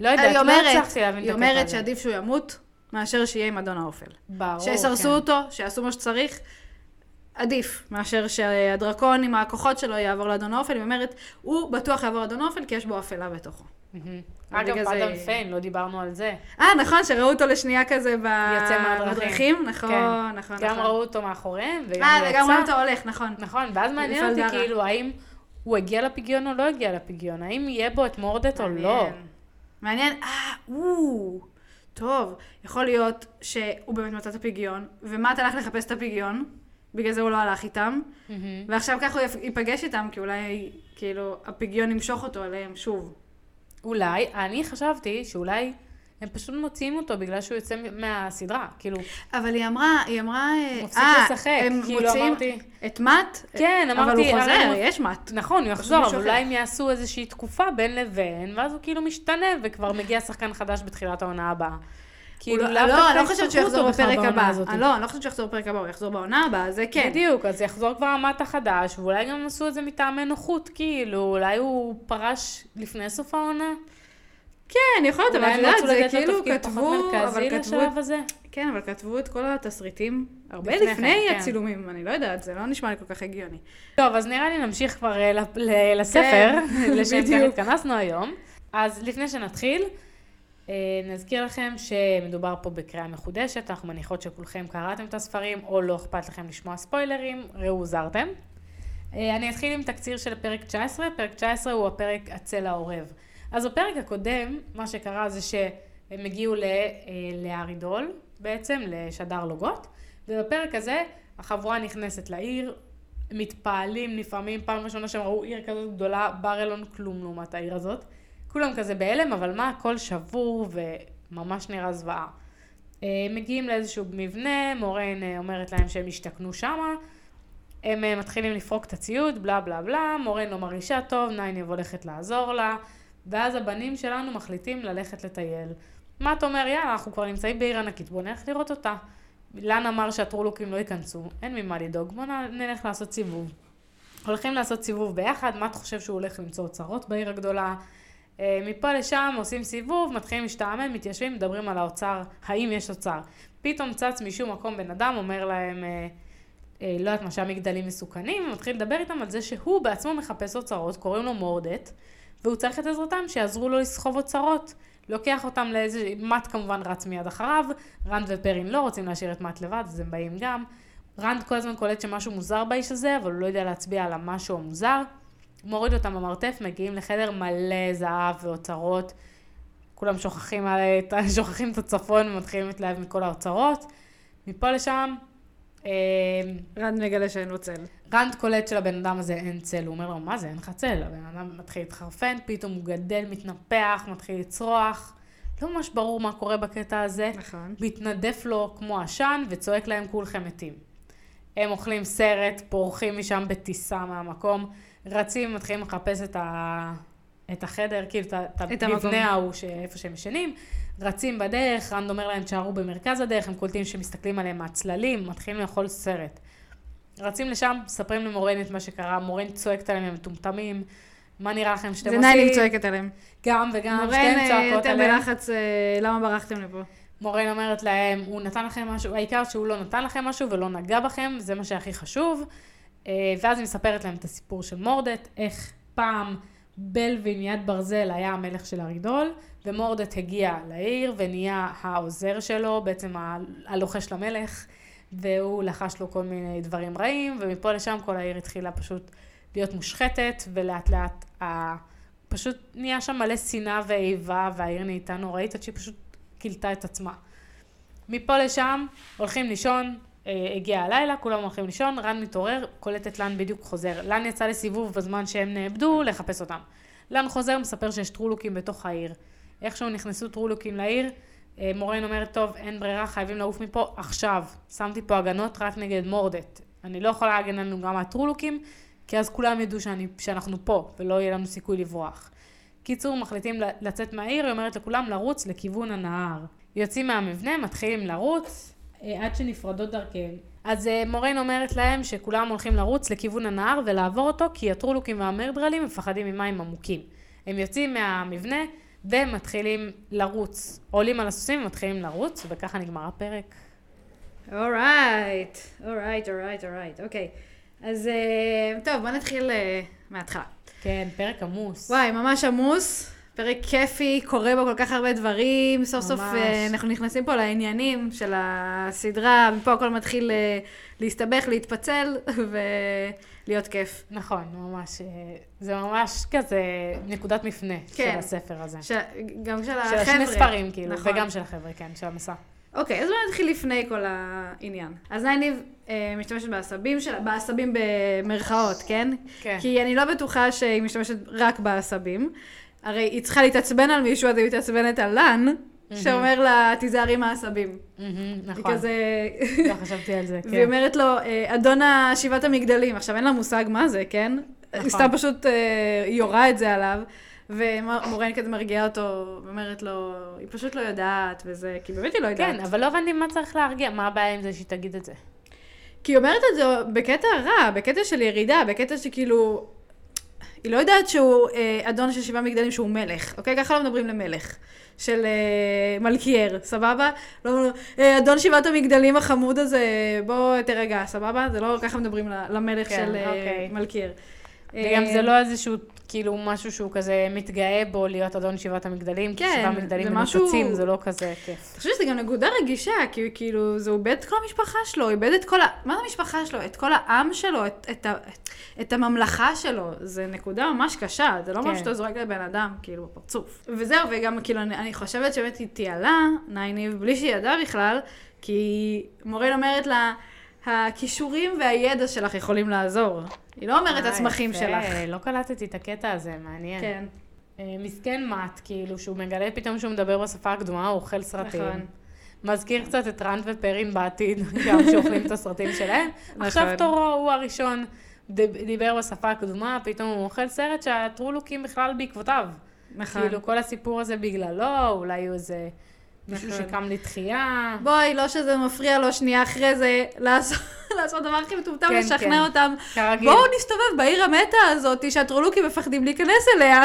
B: לא
A: אה, היא
B: יודעת, לא
A: אומרת,
B: הצלחתי להבין את
A: היא
B: הקטע הזה.
A: אומרת שעדיף שהוא ימות מאשר שיהיה עם אדון האופל.
B: ברור,
A: שיסרסו
B: כן.
A: אותו, שיעשו מה שצריך, עדיף מאשר שהדרקון עם הכוחות שלו יעבור לאדון האופל. היא אומרת, הוא בטוח יעבור לאדון האופל כי יש בו אפלה בתוכו.
B: מהמם.
A: אבל
B: Mm-hmm. אגב,
A: בגלל זה-
B: אדם פיין, לא דיברנו על זה.
A: אה, נכון, שראו אותו לשנייה כזה ב...
B: יוצא מהדרכים.
A: בדרכים, אה, נכון,
B: כן.
A: נכון,
B: גם
A: נכון.
B: ראו אותו מאחוריהם, וגם
A: אה,
B: הוא
A: וגם
B: יצא.
A: ראו אותו הולך, נכון.
B: נכון, ואז מעניין אותי
A: לפלדרה.
B: כאילו, האם הוא הגיע לפגיון או לא הגיע לפגיון, האם יהיה בו את מורדט או לא.
A: מעניין. מעניין, אה, או, טוב, יכול להיות שהוא באמת מצא את הפגיון, ומט הלך לחפש את הפגיון, בגלל זה הוא לא הלך איתם,
B: מהמם.
A: ועכשיו ככה הוא יפ- ייפגש איתם, כי אולי, כאילו, הפגיון ימשוך אותו אליהם שוב.
B: אולי, אני חשבתי שאולי הם פשוט מוציאים אותו בגלל שהוא יוצא מהסדרה.
A: אה,
B: כאילו,
A: אבל היא אמרה, היא אמרה... אה,
B: מפסיק
A: אה,
B: לשחק,
A: הם
B: כאילו,
A: מוציאים
B: אמרתי-
A: את מאט?
B: כן,
A: אבל
B: אמרתי,
A: הוא
B: הרי
A: חוזר,
B: הם-
A: יש מאט.
B: נכון, הוא יחזור, אבל
A: מישהו אחר.
B: אולי הם יעשו איזושהי תקופה בין לבין, ואז הוא כאילו משתנה, וכבר מגיע שחקן חדש בתחילת העונה הבאה.
A: הוא
B: כאילו,
A: לא, לא,
B: לאו דווקא
A: אני לא חושבת שהוא
B: יצטרכו אותו
A: יחזור
B: בכלל
A: בפרק
B: בעונה
A: הבא.
B: הזאת.
A: אה, לא, אני לא חושבת שהוא יחזור בפרק הבא, הוא יחזור בעונה הבאה, זה כן.
B: לא- בדיוק, אז יחזור כבר המט החדש, ואולי גם עשו את זה מטעמי נוחות, כאילו, אולי הוא פרש לפני סוף העונה?
A: כן, יכול להיות, אבל
B: אולי
A: את
B: הם
A: יודעת,
B: רצו
A: זה
B: לתת לו
A: כאילו
B: תפקיד פחות
A: כתבו,
B: מרכזי
A: אבל כתבו,
B: לשלב הזה.
A: כן, אבל כתבו את כל התסריטים הרבה
B: לפני כן,
A: לפני
B: כן.
A: הצילומים, אני לא יודעת, זה לא נשמע לי כל כך הגיוני.
B: טוב, אז נראה לי נמשיך כבר אה, ל- ל- לספר, לשם כך
A: בדיוק.
B: התכנסנו היום. אז לפני שנתחיל, אה, נזכיר לכם שמדובר פה בקריאה מחודשת, אנחנו מניחות שכולכם קראתם את הספרים, או לא אכפת לכם לשמוע ספוילרים, ראו הוזהרתם. אה, אני אתחיל עם תקציר של פרק 19, פרק 19 הוא הפרק הצל העורב. אז בפרק הקודם, מה שקרה זה שהם הגיעו ל- אה, להרידול, בעצם לשדר לוגות, ובפרק הזה החבורה נכנסת לעיר, מתפעלים נפעמים, פעם ראשונה שהם ראו עיר כזאת גדולה, בר אלון כלום לעומת העיר הזאת. כולם כזה בהלם, אבל מה, הכל שבור וממש נראה זוועה. אה, מגיעים לאיזשהו מבנה, מורן אה, אומרת להם שהם השתכנו שמה, הם אה, מתחילים לפרוק את הציוד, בלה בלה בלה, מורן לא מרגישה טוב, נייניב הולכת לעזור לה, ואז הבנים שלנו מחליטים ללכת לטייל. מה אתה אומר, יאללה, אנחנו כבר נמצאים בעיר ענקית, בוא נלך לראות אותה. לן אמר שהטרולוקים לא ייכנסו, אין ממה לדאוג, בוא נ- נלך לעשות סיבוב. הולכים לעשות סיבוב ביחד, מה אתה חושב שהוא הולך למצוא צרות בעיר הגדולה? אה, מפה לשם עושים סיבוב, מתחילים להשתעמם, מתיישבים, מדברים על האוצר, האם יש אוצר. פתאום צץ משום מקום בן אדם, אומר להם, אה, אה, לא יודעת מה, שהמגדלים מסוכנים, ומתחיל לדבר איתם על זה שהוא בעצמו מחפש אוצרות, קוראים לו מורדט, והוא צריך את עזרתם שיעזרו לו לסחוב אוצרות. לוקח אותם לאיזה... מאט כמובן רץ מיד אחריו, רנד ופרין לא רוצים להשאיר את מאט לבד, אז הם באים גם. רנד כל הזמן קולט שמשהו מוזר באיש הזה, אבל הוא לא יודע להצביע על המשהו המוזר. מוריד אותם במרתף, מגיעים לחדר מלא זהב ואוצרות. כולם שוכחים, על... שוכחים את הצפון ומתחילים להתלהב מכל האוצרות. מפה לשם, אה,
A: רן מגלה שאין לו צל.
B: רנד קולט שלבן אדם הזה אין צל, הוא אומר לו, מה זה, אין לך צל? הבן אדם מתחיל להתחרפן, פתאום הוא גדל, מתנפח, מתחיל לצרוח. לא ממש ברור מה קורה בקטע הזה.
A: נכון.
B: מתנדף לו כמו עשן וצועק להם כולכם מתים. הם אוכלים סרט, פורחים משם בטיסה מהמקום, רצים, מתחילים לחפש את, ה... את החדר, כאילו את, ה-
A: את
B: את
A: המקום.
B: המבנה ההוא שאיפה שהם ישנים, רצים בדרך, רנד אומר להם תשארו במרכז הדרך, הם קולטים שמסתכלים עליהם מהצללים, מתחילים לאכול סרט. רצים לשם, מספרים למורן את מה שקרה, מורן צועקת עליהם, הם מטומטמים, מה נראה לכם שאתם
A: זה
B: עושים?
A: ניילים צועקת עליהם.
B: גם וגם,
A: מורן
B: שתיהן
A: אה,
B: צועקות
A: יותר
B: עליהם.
A: בלחץ, אה, למה ברחתם לפה?
B: מורן אומרת להם, הוא נתן לכם משהו, העיקר שהוא לא נתן לכם משהו ולא נגע בכם, זה מה שהכי חשוב. אה, ואז היא מספרת להם את הסיפור של מורדט, איך פעם בלווין יד ברזל היה המלך של ארידול, ומורדט הגיע לעיר ונהיה העוזר שלו, בעצם ה- הלוחש למלך, והוא לחש לו כל מיני דברים רעים, ומפה לשם כל העיר התחילה פשוט להיות מושחתת, ולאט לאט ה... פשוט נהיה שם מלא שנאה ואיבה, והעיר נהייתה נוראית עד שהיא פשוט כילתה את עצמה. מפה לשם, הולכים לישון, אה, הגיע הלילה, כולם הולכים לישון, רן מתעורר, קולט את לן בדיוק חוזר. לן יצא לסיבוב בזמן שהם נאבדו, לחפש אותם. לן חוזר, מספר שיש טרולוקים בתוך העיר. איכשהו נכנסו טרולוקים לעיר, אה, מורן אומרת, טוב, אין ברירה, חייבים לעוף מפה עכשיו. שמתי פה הגנות רק נגד מורדט. אני לא יכולה להגן עלינו גם מהטרולוקים, כי אז כולם ידעו שאני, שאנחנו פה, ולא יהיה לנו סיכוי לברוח. קיצור, מחליטים ל- לצאת מהעיר, היא אומרת לכולם לרוץ לכיוון הנהר. יוצאים מהמבנה, מתחילים לרוץ, אה, עד שנפרדות דרכיהם. אז אה, מורן אומרת להם שכולם הולכים לרוץ לכיוון הנהר ולעבור אותו, כי הטרולוקים והמרדרלים מפחדים ממים עמוקים. הם יוצאים מהמבנה ומתחילים לרוץ. עולים על הסוסים ומתחילים לרוץ, וככה נגמר הפרק.
A: אורייט, אורייט, אורייט, אורייט, אוקיי. אז אה, טוב, בוא נתחיל אה, מההתחלה.
B: כן, פרק עמוס.
A: וואי, ממש עמוס, פרק כיפי, קורה בו כל כך הרבה דברים, סוף סוף
B: ממש.
A: אה, אנחנו נכנסים פה לעניינים של הסדרה, מפה הכל מתחיל אה, להסתבך, להתפצל ולהיות כיף.
B: נכון, ממש. אה, זה ממש כזה נקודת מפנה
A: כן.
B: של הספר הזה.
A: ש... גם של
B: של
A: החבר'ה.
B: השני ספרים, כאילו,
A: נכון.
B: וגם של החבר'ה, כן, של המסע.
A: אוקיי, אז בואו נתחיל לפני כל העניין. אז נייניב אה, משתמשת בעשבים שלה, בעשבים במרכאות, כן?
B: כן.
A: כי אני לא בטוחה שהיא משתמשת רק בעשבים. הרי היא צריכה להתעצבן על מישהו, אז היא מתעצבנת על לן, שאומר לה, תיזהרי מהעשבים.
B: מהמם,
A: היא
B: נכון,
A: כזה...
B: לא חשבתי על זה,
A: והיא
B: כן.
A: אומרת לו, "אה, אדון שבעת המגדלים, עכשיו אין לה מושג מה זה, כן?
B: נכון.
A: היא סתם פשוט אה, יורה את זה עליו, ומורן כזה מרגיעה אותו, ואומרת לו, היא פשוט לא יודעת וזה, כי באמת היא לא יודעת.
B: כן, אבל לא הבנתי מה צריך להרגיע, מה הבעיה עם זה שהיא תגיד את זה?
A: כי היא אומרת את זה בקטע רע, בקטע של ירידה, בקטע שכאילו... היא לא יודעת שהוא אה, אדון של שבעה מגדלים שהוא מלך, אוקיי? ככה לא מדברים למלך. של אה, מלכיאר, סבבה? לא, לא, אה, אדון שבעת המגדלים החמוד הזה, בוא תירגע, סבבה? זה לא ככה מדברים ל- למלך
B: כן,
A: של אה,
B: אוקיי.
A: מלכיאר.
B: וגם
A: אה,
B: זה לא איזשהו, כאילו, משהו שהוא כזה מתגאה בו להיות אדון שבעת המגדלים, כי
A: כן,
B: שבעה מגדלים
A: זה משהו-
B: מנוצצים, זה לא כזה כיף.
A: תחשבי שזה גם נקודה רגישה, כי כאילו, זה איבד את כל המשפחה שלו, הוא איבד את כל ה... מה זה המשפחה שלו? את כל העם שלו, את, את, ה... את הממלכה שלו. זה נקודה ממש קשה, זה לא
B: כן.
A: משהו שאתה זורק לבן אדם, כאילו, בפרצוף. וזהו, וגם כאילו, אני, אני חושבת שבאמת היא תיעלה, נייניב, בלי שהיא ידעה בכלל, כי מורל אומרת לה, הכישורים והידע שלך יכולים לעזור. היא לא אומרת
B: אה,
A: הצמחים
B: יפה,
A: שלך.
B: לא קלטתי את הקטע הזה, מעניין.
A: כן.
B: אה, מסכן מאט, כאילו, שהוא מגלה פתאום שהוא מדבר בשפה הקדומה, הוא אוכל סרטים.
A: נכון.
B: מזכיר קצת את רנט ופרין בעתיד, גם שאוכלים את הסרטים שלהם. עכשיו
A: נכון.
B: תורו, הוא הראשון, ד- דיבר בשפה הקדומה, פתאום הוא אוכל סרט שהטרולוקים בכלל בעקבותיו.
A: נכון.
B: כאילו, כל הסיפור הזה בגללו, אולי הוא איזה מישהו
A: נכון.
B: שקם לתחייה.
A: בואי, לא שזה מפריע לו שנייה אחרי זה לעשות, לעשות דבר הכי מטומטם,
B: כן,
A: לשכנע
B: כן.
A: אותם.
B: כרגיל.
A: בואו נסתובב בעיר המתה הזאת, שהטרולוקים מפחדים להיכנס אליה.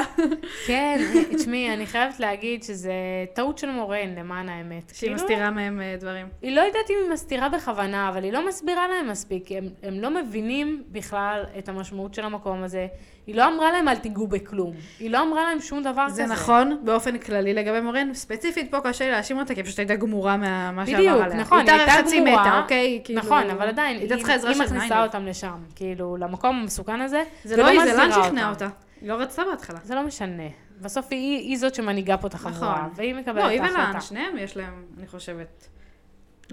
B: כן, תשמעי, אני חייבת להגיד שזה טעות של מורן, למען האמת.
A: שהיא
B: כאילו,
A: מסתירה מהם אה, דברים.
B: היא לא יודעת אם היא מסתירה בכוונה, אבל היא לא מסבירה להם מספיק, כי הם, הם לא מבינים בכלל את המשמעות של המקום הזה. היא לא אמרה להם אל תיגעו בכלום. היא לא אמרה להם שום דבר כזה.
A: זה נכון באופן כללי לגבי מורן, ספציפית פה קשה לי להאשים אותה, כי היא פשוט הייתה גמורה ממה שעבר עליה.
B: בדיוק, נכון, היא
A: רק
B: הייתה
A: חצי
B: גמורה.
A: מתה, אוקיי? כאילו-
B: נכון, אבל עדיין,
A: היא
B: היא,
A: הייתה צריכה עזרה
B: היא
A: של
B: מכניסה
A: נייניב.
B: אותם לשם, כאילו, למקום המסוכן הזה.
A: זה לא היא, זה
B: מסבירה
A: לאן שכנעה אותה. היא לא רצתה בהתחלה.
B: זה לא משנה. בסוף היא, היא זאת שמנהיגה פה את החבורה,
A: נכון.
B: והיא מקבלת
A: לא,
B: את
A: היא
B: ההחלטה.
A: ולאן, שניהם יש להם, אני חושבת.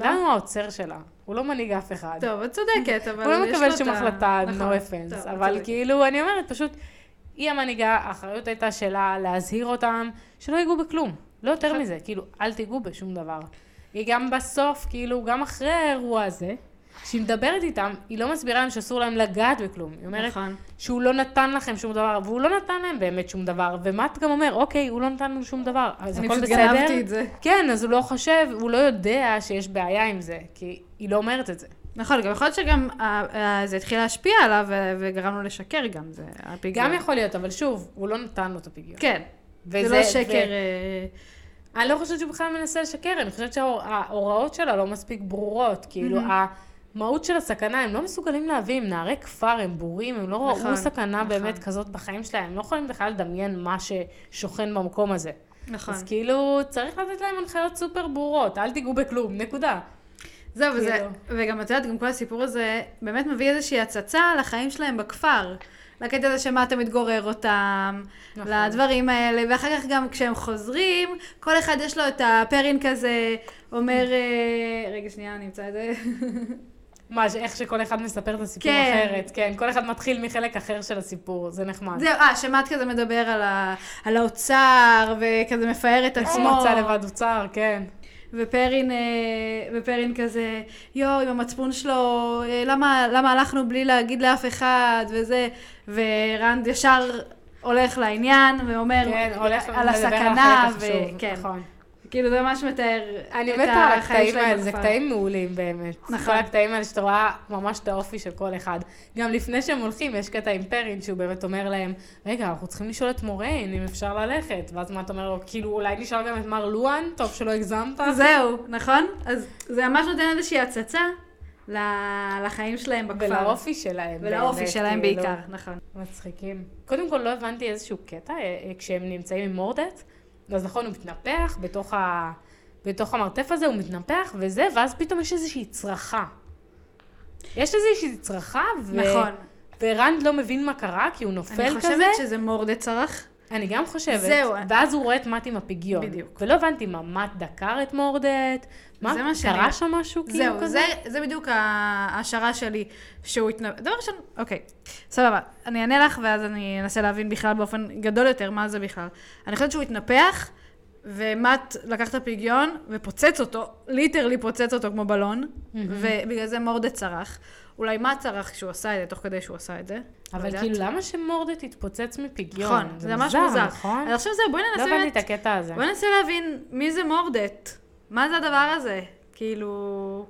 B: למה הוא העוצר שלה? הוא לא מנהיג אף אחד.
A: טוב, את צודקת, אבל
B: הוא לא
A: יש
B: מקבל
A: לו
B: שום
A: את ה-
B: החלטה, no
A: נכון, טוב, את
B: offense, אבל
A: צודקת.
B: כאילו, אני אומרת, פשוט, היא המנהיגה, האחריות הייתה שלה להזהיר אותם, שלא ייגעו בכלום, לא יותר
A: נכון.
B: מזה, כאילו, אל תיגעו בשום דבר. היא גם בסוף, כאילו, גם אחרי האירוע הזה, כשהיא מדברת איתם, היא לא מסבירה להם שאסור להם לגעת בכלום. היא אומרת
A: נכון.
B: שהוא לא נתן לכם שום דבר, והוא לא נתן להם באמת שום דבר, ומט גם אומר, אוקיי, הוא לא נתן לנו שום דבר, אז
A: אני
B: הכל
A: פשוט
B: בסדר.
A: גנבתי את זה.
B: כן, אז הוא לא חושב, הוא לא יודע שיש בעיה עם זה, כי היא לא אומרת את זה.
A: נכון, גם יכול להיות שגם אה, אה, זה התחיל להשפיע עליו ו- וגרם לו לשקר גם, זה הפיגוע.
B: גם יכול להיות, אבל שוב, הוא לא נתן לו את הפיגיון.
A: כן,
B: וזה-
A: זה לא שקר.
B: ו-
A: אה,
B: אני לא חושבת שהוא בכלל מנסה לשקר, אני חושבת שההוראות שלה לא מספיק ברורות. כאילו, המהות של הסכנה, הם לא מסוגלים להבין, הם נערי כפר, הם בורים, הם לא
A: נכון,
B: ראו סכנה
A: נכון.
B: באמת כזאת בחיים שלהם, הם לא יכולים בכלל לדמיין מה ששוכן במקום הזה.
A: נכון.
B: אז כאילו, צריך לתת להם הנחיות סופר ברורות, אל תיגעו בכלום, נקודה.
A: זהו, וזה,
B: כאילו.
A: וגם את יודעת, גם כל הסיפור הזה באמת מביא איזושהי הצצה לחיים שלהם בכפר. לקטע הזה שמה אתה מתגורר אותם,
B: נכון.
A: לדברים האלה, ואחר כך גם כשהם חוזרים, כל אחד יש לו את הפרין כזה, אומר, אה, רגע, שנייה, אני אמצא את זה.
B: מה, ש- איך שכל אחד מספר את הסיפור
A: כן.
B: אחרת, כן, כל אחד מתחיל מחלק אחר של הסיפור, זה נחמד.
A: זהו, אה, שמעת כזה מדבר על, ה, על האוצר, וכזה מפאר את
B: איך
A: עצמו.
B: הוא מצא אה, לבד אוצר, כן.
A: ופרין, אה, ופרין כזה, יואו, עם המצפון שלו, אה, למה, למה הלכנו בלי להגיד לאף אחד, וזה, ורנד ישר הולך לעניין, ואומר,
B: כן, הולך
A: על
B: לדבר
A: הסכנה,
B: החלק החשוב,
A: ו... כן,
B: נכון.
A: כאילו זה ממש מתאר
B: אני
A: את
B: מתה על
A: החיים
B: הקטעים
A: שלהם
B: האלה, זה
A: בכפר.
B: קטעים מעולים באמת.
A: נכון.
B: כל הקטעים האלה שאתה רואה ממש את האופי של כל אחד. גם לפני שהם הולכים, יש קטע עם פרין שהוא באמת אומר להם, רגע, אנחנו צריכים לשאול את מוריין אם אפשר ללכת. ואז מה אתה אומר לו, כאילו, אולי נשאל גם את מר לואן, טוב שלא הגזמת.
A: זהו, נכון? אז זה ממש נותן איזושהי הצצה ל- לחיים שלהם בכפר.
B: ולאופי שלהם.
A: ולאופי
B: באמת,
A: שלהם
B: כאילו.
A: בעיקר, נכון.
B: מצחיקים. קודם כל, לא הבנתי איזשהו קטע אה, אה, כשהם נמצאים עם מורדט. אז נכון, הוא מתנפח בתוך, ה... בתוך המרתף הזה, הוא מתנפח וזה, ואז פתאום יש איזושהי צרחה. יש איזושהי צרחה, ו...
A: נכון.
B: ורנד לא מבין מה קרה, כי הוא נופל כזה.
A: אני חושבת שזה מורדה צרח.
B: אני גם חושבת.
A: זהו.
B: ואז הוא רואה את מאט עם הפיגיון.
A: בדיוק.
B: ולא הבנתי מה, מאט דקר את מורדט? מה,
A: זה מה שאני-
B: קרה שם משהו כאילו
A: זהו,
B: כזה?
A: זה, זה בדיוק ההשערה שלי, שהוא התנ... דבר ראשון, אוקיי, סבבה, אני אענה לך ואז אני אנסה להבין בכלל באופן גדול יותר מה זה בכלל. אני חושבת שהוא התנפח, ומט לקח את הפיגיון ופוצץ אותו, ליטרלי פוצץ אותו כמו בלון, ובגלל זה מורדה צרח. אולי מט צרח כשהוא עשה את זה, תוך כדי שהוא עשה את זה. לא
B: אבל
A: יודעת.
B: כאילו, למה שמורדט יתפוצץ מפיגיון?
A: נכון, זה ממש מוזר.
B: נכון?
A: אז עכשיו זהו, בואי
B: לא
A: ננסה
B: הבנתי את
A: באמת,
B: הקטע הזה.
A: בואי ננסה להבין מי זה מורדט. מה זה הדבר הזה? כאילו...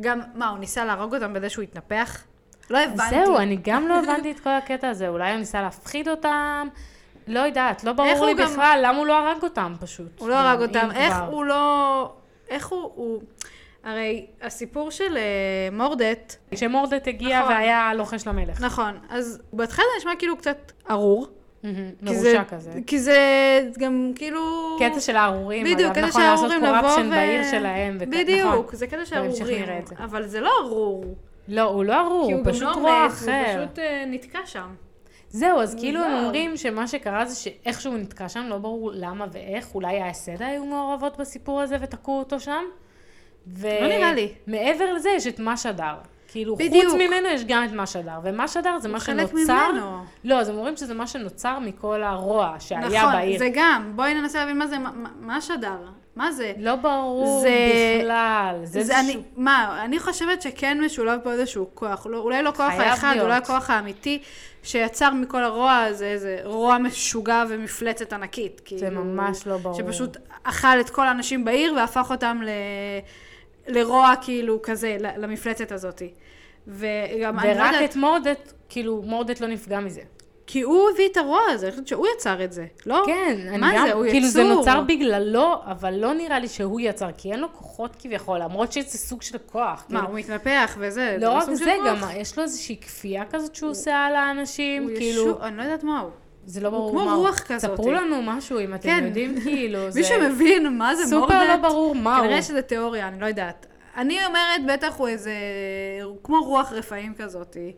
A: גם, מה, הוא ניסה להרוג אותם בזה שהוא התנפח? לא הבנתי.
B: זהו, אני גם לא הבנתי את כל הקטע הזה. אולי הוא ניסה להפחיד אותם? לא יודעת, לא ברור
A: הוא
B: לי
A: גם-
B: בכלל למה הוא לא הרג אותם פשוט.
A: הוא לא הרג
B: אם
A: אותם. איך
B: כבר.
A: הוא לא... איך הוא... הוא... הרי הסיפור של אה, מורדט,
B: כשמורדט הגיע
A: נכון.
B: והיה לוחש למלך.
A: נכון, אז בהתחלה זה נשמע כאילו קצת ארור.
B: מהמם,
A: נכון. כי זה-
B: מרושע כזה.
A: כי זה גם כאילו...
B: קטע של הארורים,
A: בדיוק,
B: אגב,
A: קטע
B: נכון,
A: של
B: לעשות
A: הארורים לבוא
B: קורפשן
A: ו-
B: בעיר שלהם. וכ-
A: בדיוק,
B: נכון.
A: זה קטע של
B: בהמשך
A: ארורים.
B: נראה את זה.
A: אבל זה לא ארור.
B: לא, הוא לא ארור,
A: כי
B: הוא
A: גם
B: פשוט
A: לא
B: רוע
A: מת,
B: אחר.
A: הוא פשוט אה, נתקע שם.
B: זהו, אז כאילו הם
A: מוזר.
B: אומרים שמה שקרה זה שאיכשהו נתקע שם, לא ברור למה ואיך, אולי האסדה היו מעורבות בסיפור הזה ותקעו אותו שם. ו...
A: לא נראה לי.
B: מעבר לזה יש את מה שדר. כאילו, בדיוק. חוץ
A: בדיוק.
B: ממנו יש גם את מה שדר, ומה שדר זה מה
A: חלק
B: שנוצר.
A: ממנו.
B: לא, אז הם אומרים שזה מה שנוצר מכל הרוע שהיה בעיר.
A: נכון, זה גם. בואי ננסה להבין מה זה, מה- מה מה שדר? מה זה?
B: לא ברור
A: זה-
B: בכלל. זה,
A: זה אני, מה, אני חושבת שכן משולב פה איזשהו כוח, לא, אולי לא כוח
B: חייב
A: האחד,
B: להיות.
A: אולי הכוח האמיתי, שיצר מכל הרוע הזה איזה רוע משוגע ומפלצת ענקית.
B: זה
A: כאילו,
B: ממש לא ברור.
A: שפשוט אכל את כל האנשים בעיר והפך אותם ל... לרוע כאילו כזה, ל- למפלצת הזאת. וגם אני לא
B: ורק
A: יודעת,
B: את מורדט, כאילו, מורדט לא נפגע מזה.
A: כי הוא הביא את הרוע הזה, אני חושבת שהוא יצר את זה, לא?
B: כן, אני
A: מה
B: גם,
A: זה, הוא
B: כאילו זה
A: יצור.
B: נוצר בגללו, אבל לא נראה לי שהוא יצר, כי אין לו כוחות כביכול, למרות שזה סוג של כוח.
A: מה,
B: כאילו.
A: הוא מתנפח וזה,
B: לא רק
A: סוג של
B: זה,
A: כוח.
B: גם יש לו איזושהי כפייה כזאת שהוא עושה על האנשים,
A: הוא
B: כאילו,
A: ישו- אני לא יודעת מה הוא.
B: זה לא ברור מה
A: כמו רוח כזאת.
B: ספרו לנו משהו, אם אתם
A: כן.
B: יודעים, כאילו, זה...
A: מי שמבין מה זה מורדט,
B: סופר לא ברור מה הוא.
A: כנראה שזה תיאוריה, אני לא יודעת. אני אומרת, בטח הוא איזה... כמו רוח רפאים כזאתי.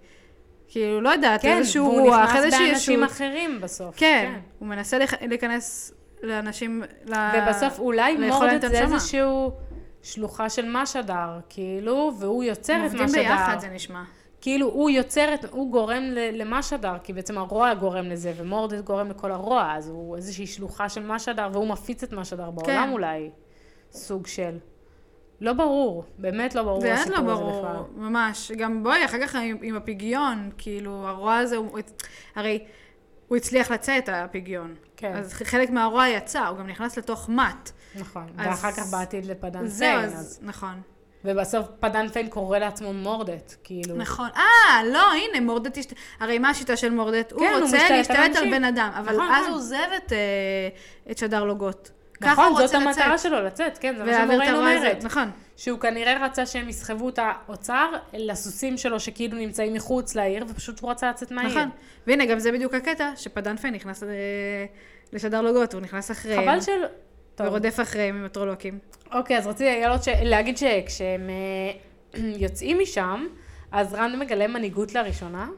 A: כאילו, לא יודעת,
B: כן,
A: איזשהו
B: והוא
A: רוח,
B: נכנס
A: איזושהי
B: באנשים
A: ישות.
B: אחרים בסוף.
A: כן, הוא מנסה להיכ- להיכנס לאנשים... ל-
B: ובסוף
A: אה,
B: אולי
A: לאכול
B: מורדט
A: להם את
B: זה
A: הנשמה.
B: איזשהו שלוחה של משדר, כאילו, והוא יוצר את
A: עובדים
B: משדר.
A: ביחד, זה נשמע.
B: כאילו הוא יוצר, את, הוא גורם ל- למשדר, כי בעצם הרוע גורם לזה, ומורדס גורם לכל הרוע, אז הוא איזושהי שלוחה של משדר, והוא מפיץ את משדר בעולם
A: כן.
B: אולי, סוג של. לא ברור, באמת לא ברור
A: זה באמת לא
B: הסיפור הזה
A: ברור,
B: בכלל.
A: ממש. גם בואי, אחר כך עם, עם הפיגיון, כאילו, הרוע הזה, הוא, הרי הוא הצליח לצאת, הפיגיון.
B: כן.
A: אז חלק מהרוע יצא, הוא גם נכנס לתוך מט.
B: נכון,
A: אז-
B: ואחר כך בעתיד לפדן
A: זהו,
B: פיין,
A: אז...
B: כן, אז...
A: נכון.
B: ובסוף פדן פיין קורא לעצמו מורדט, כאילו.
A: נכון. אה, לא, הנה, מורדט, השת- הרי מה השיטה של מורדט? הוא
B: כן, הוא
A: רוצה
B: משתלט על
A: להשתלט על
B: אנשים.
A: בן אדם, אבל
B: נכון,
A: אז
B: כן.
A: הוא עוזב את, אה, את שדר לוגות. ככה הוא
B: נכון, זאת
A: רוצה
B: המטרה
A: לצאת,
B: שלו, לצאת, כן, זה מה
A: ולהעביר את
B: שמורן
A: הרוע הזה.
B: אומרת.
A: נכון.
B: שהוא כנראה רצה שהם יסחבו את האוצר לסוסים שלו שכאילו נמצאים מחוץ לעיר, ופשוט הוא רצה לצאת מהעיר.
A: נכון. והנה, גם זה בדיוק הקטע, שפדן פיין נכנס אה, לשדר לוגות, הוא נכנס אחריהם.
B: חבל של... טוב.
A: ורודף אחריהם עם הטרולוקים.
B: אוקיי, אז רציתי לגלות ש... להגיד שכשהם אה, יוצאים משם, אז רן מגלה מנהיגות לראשונה.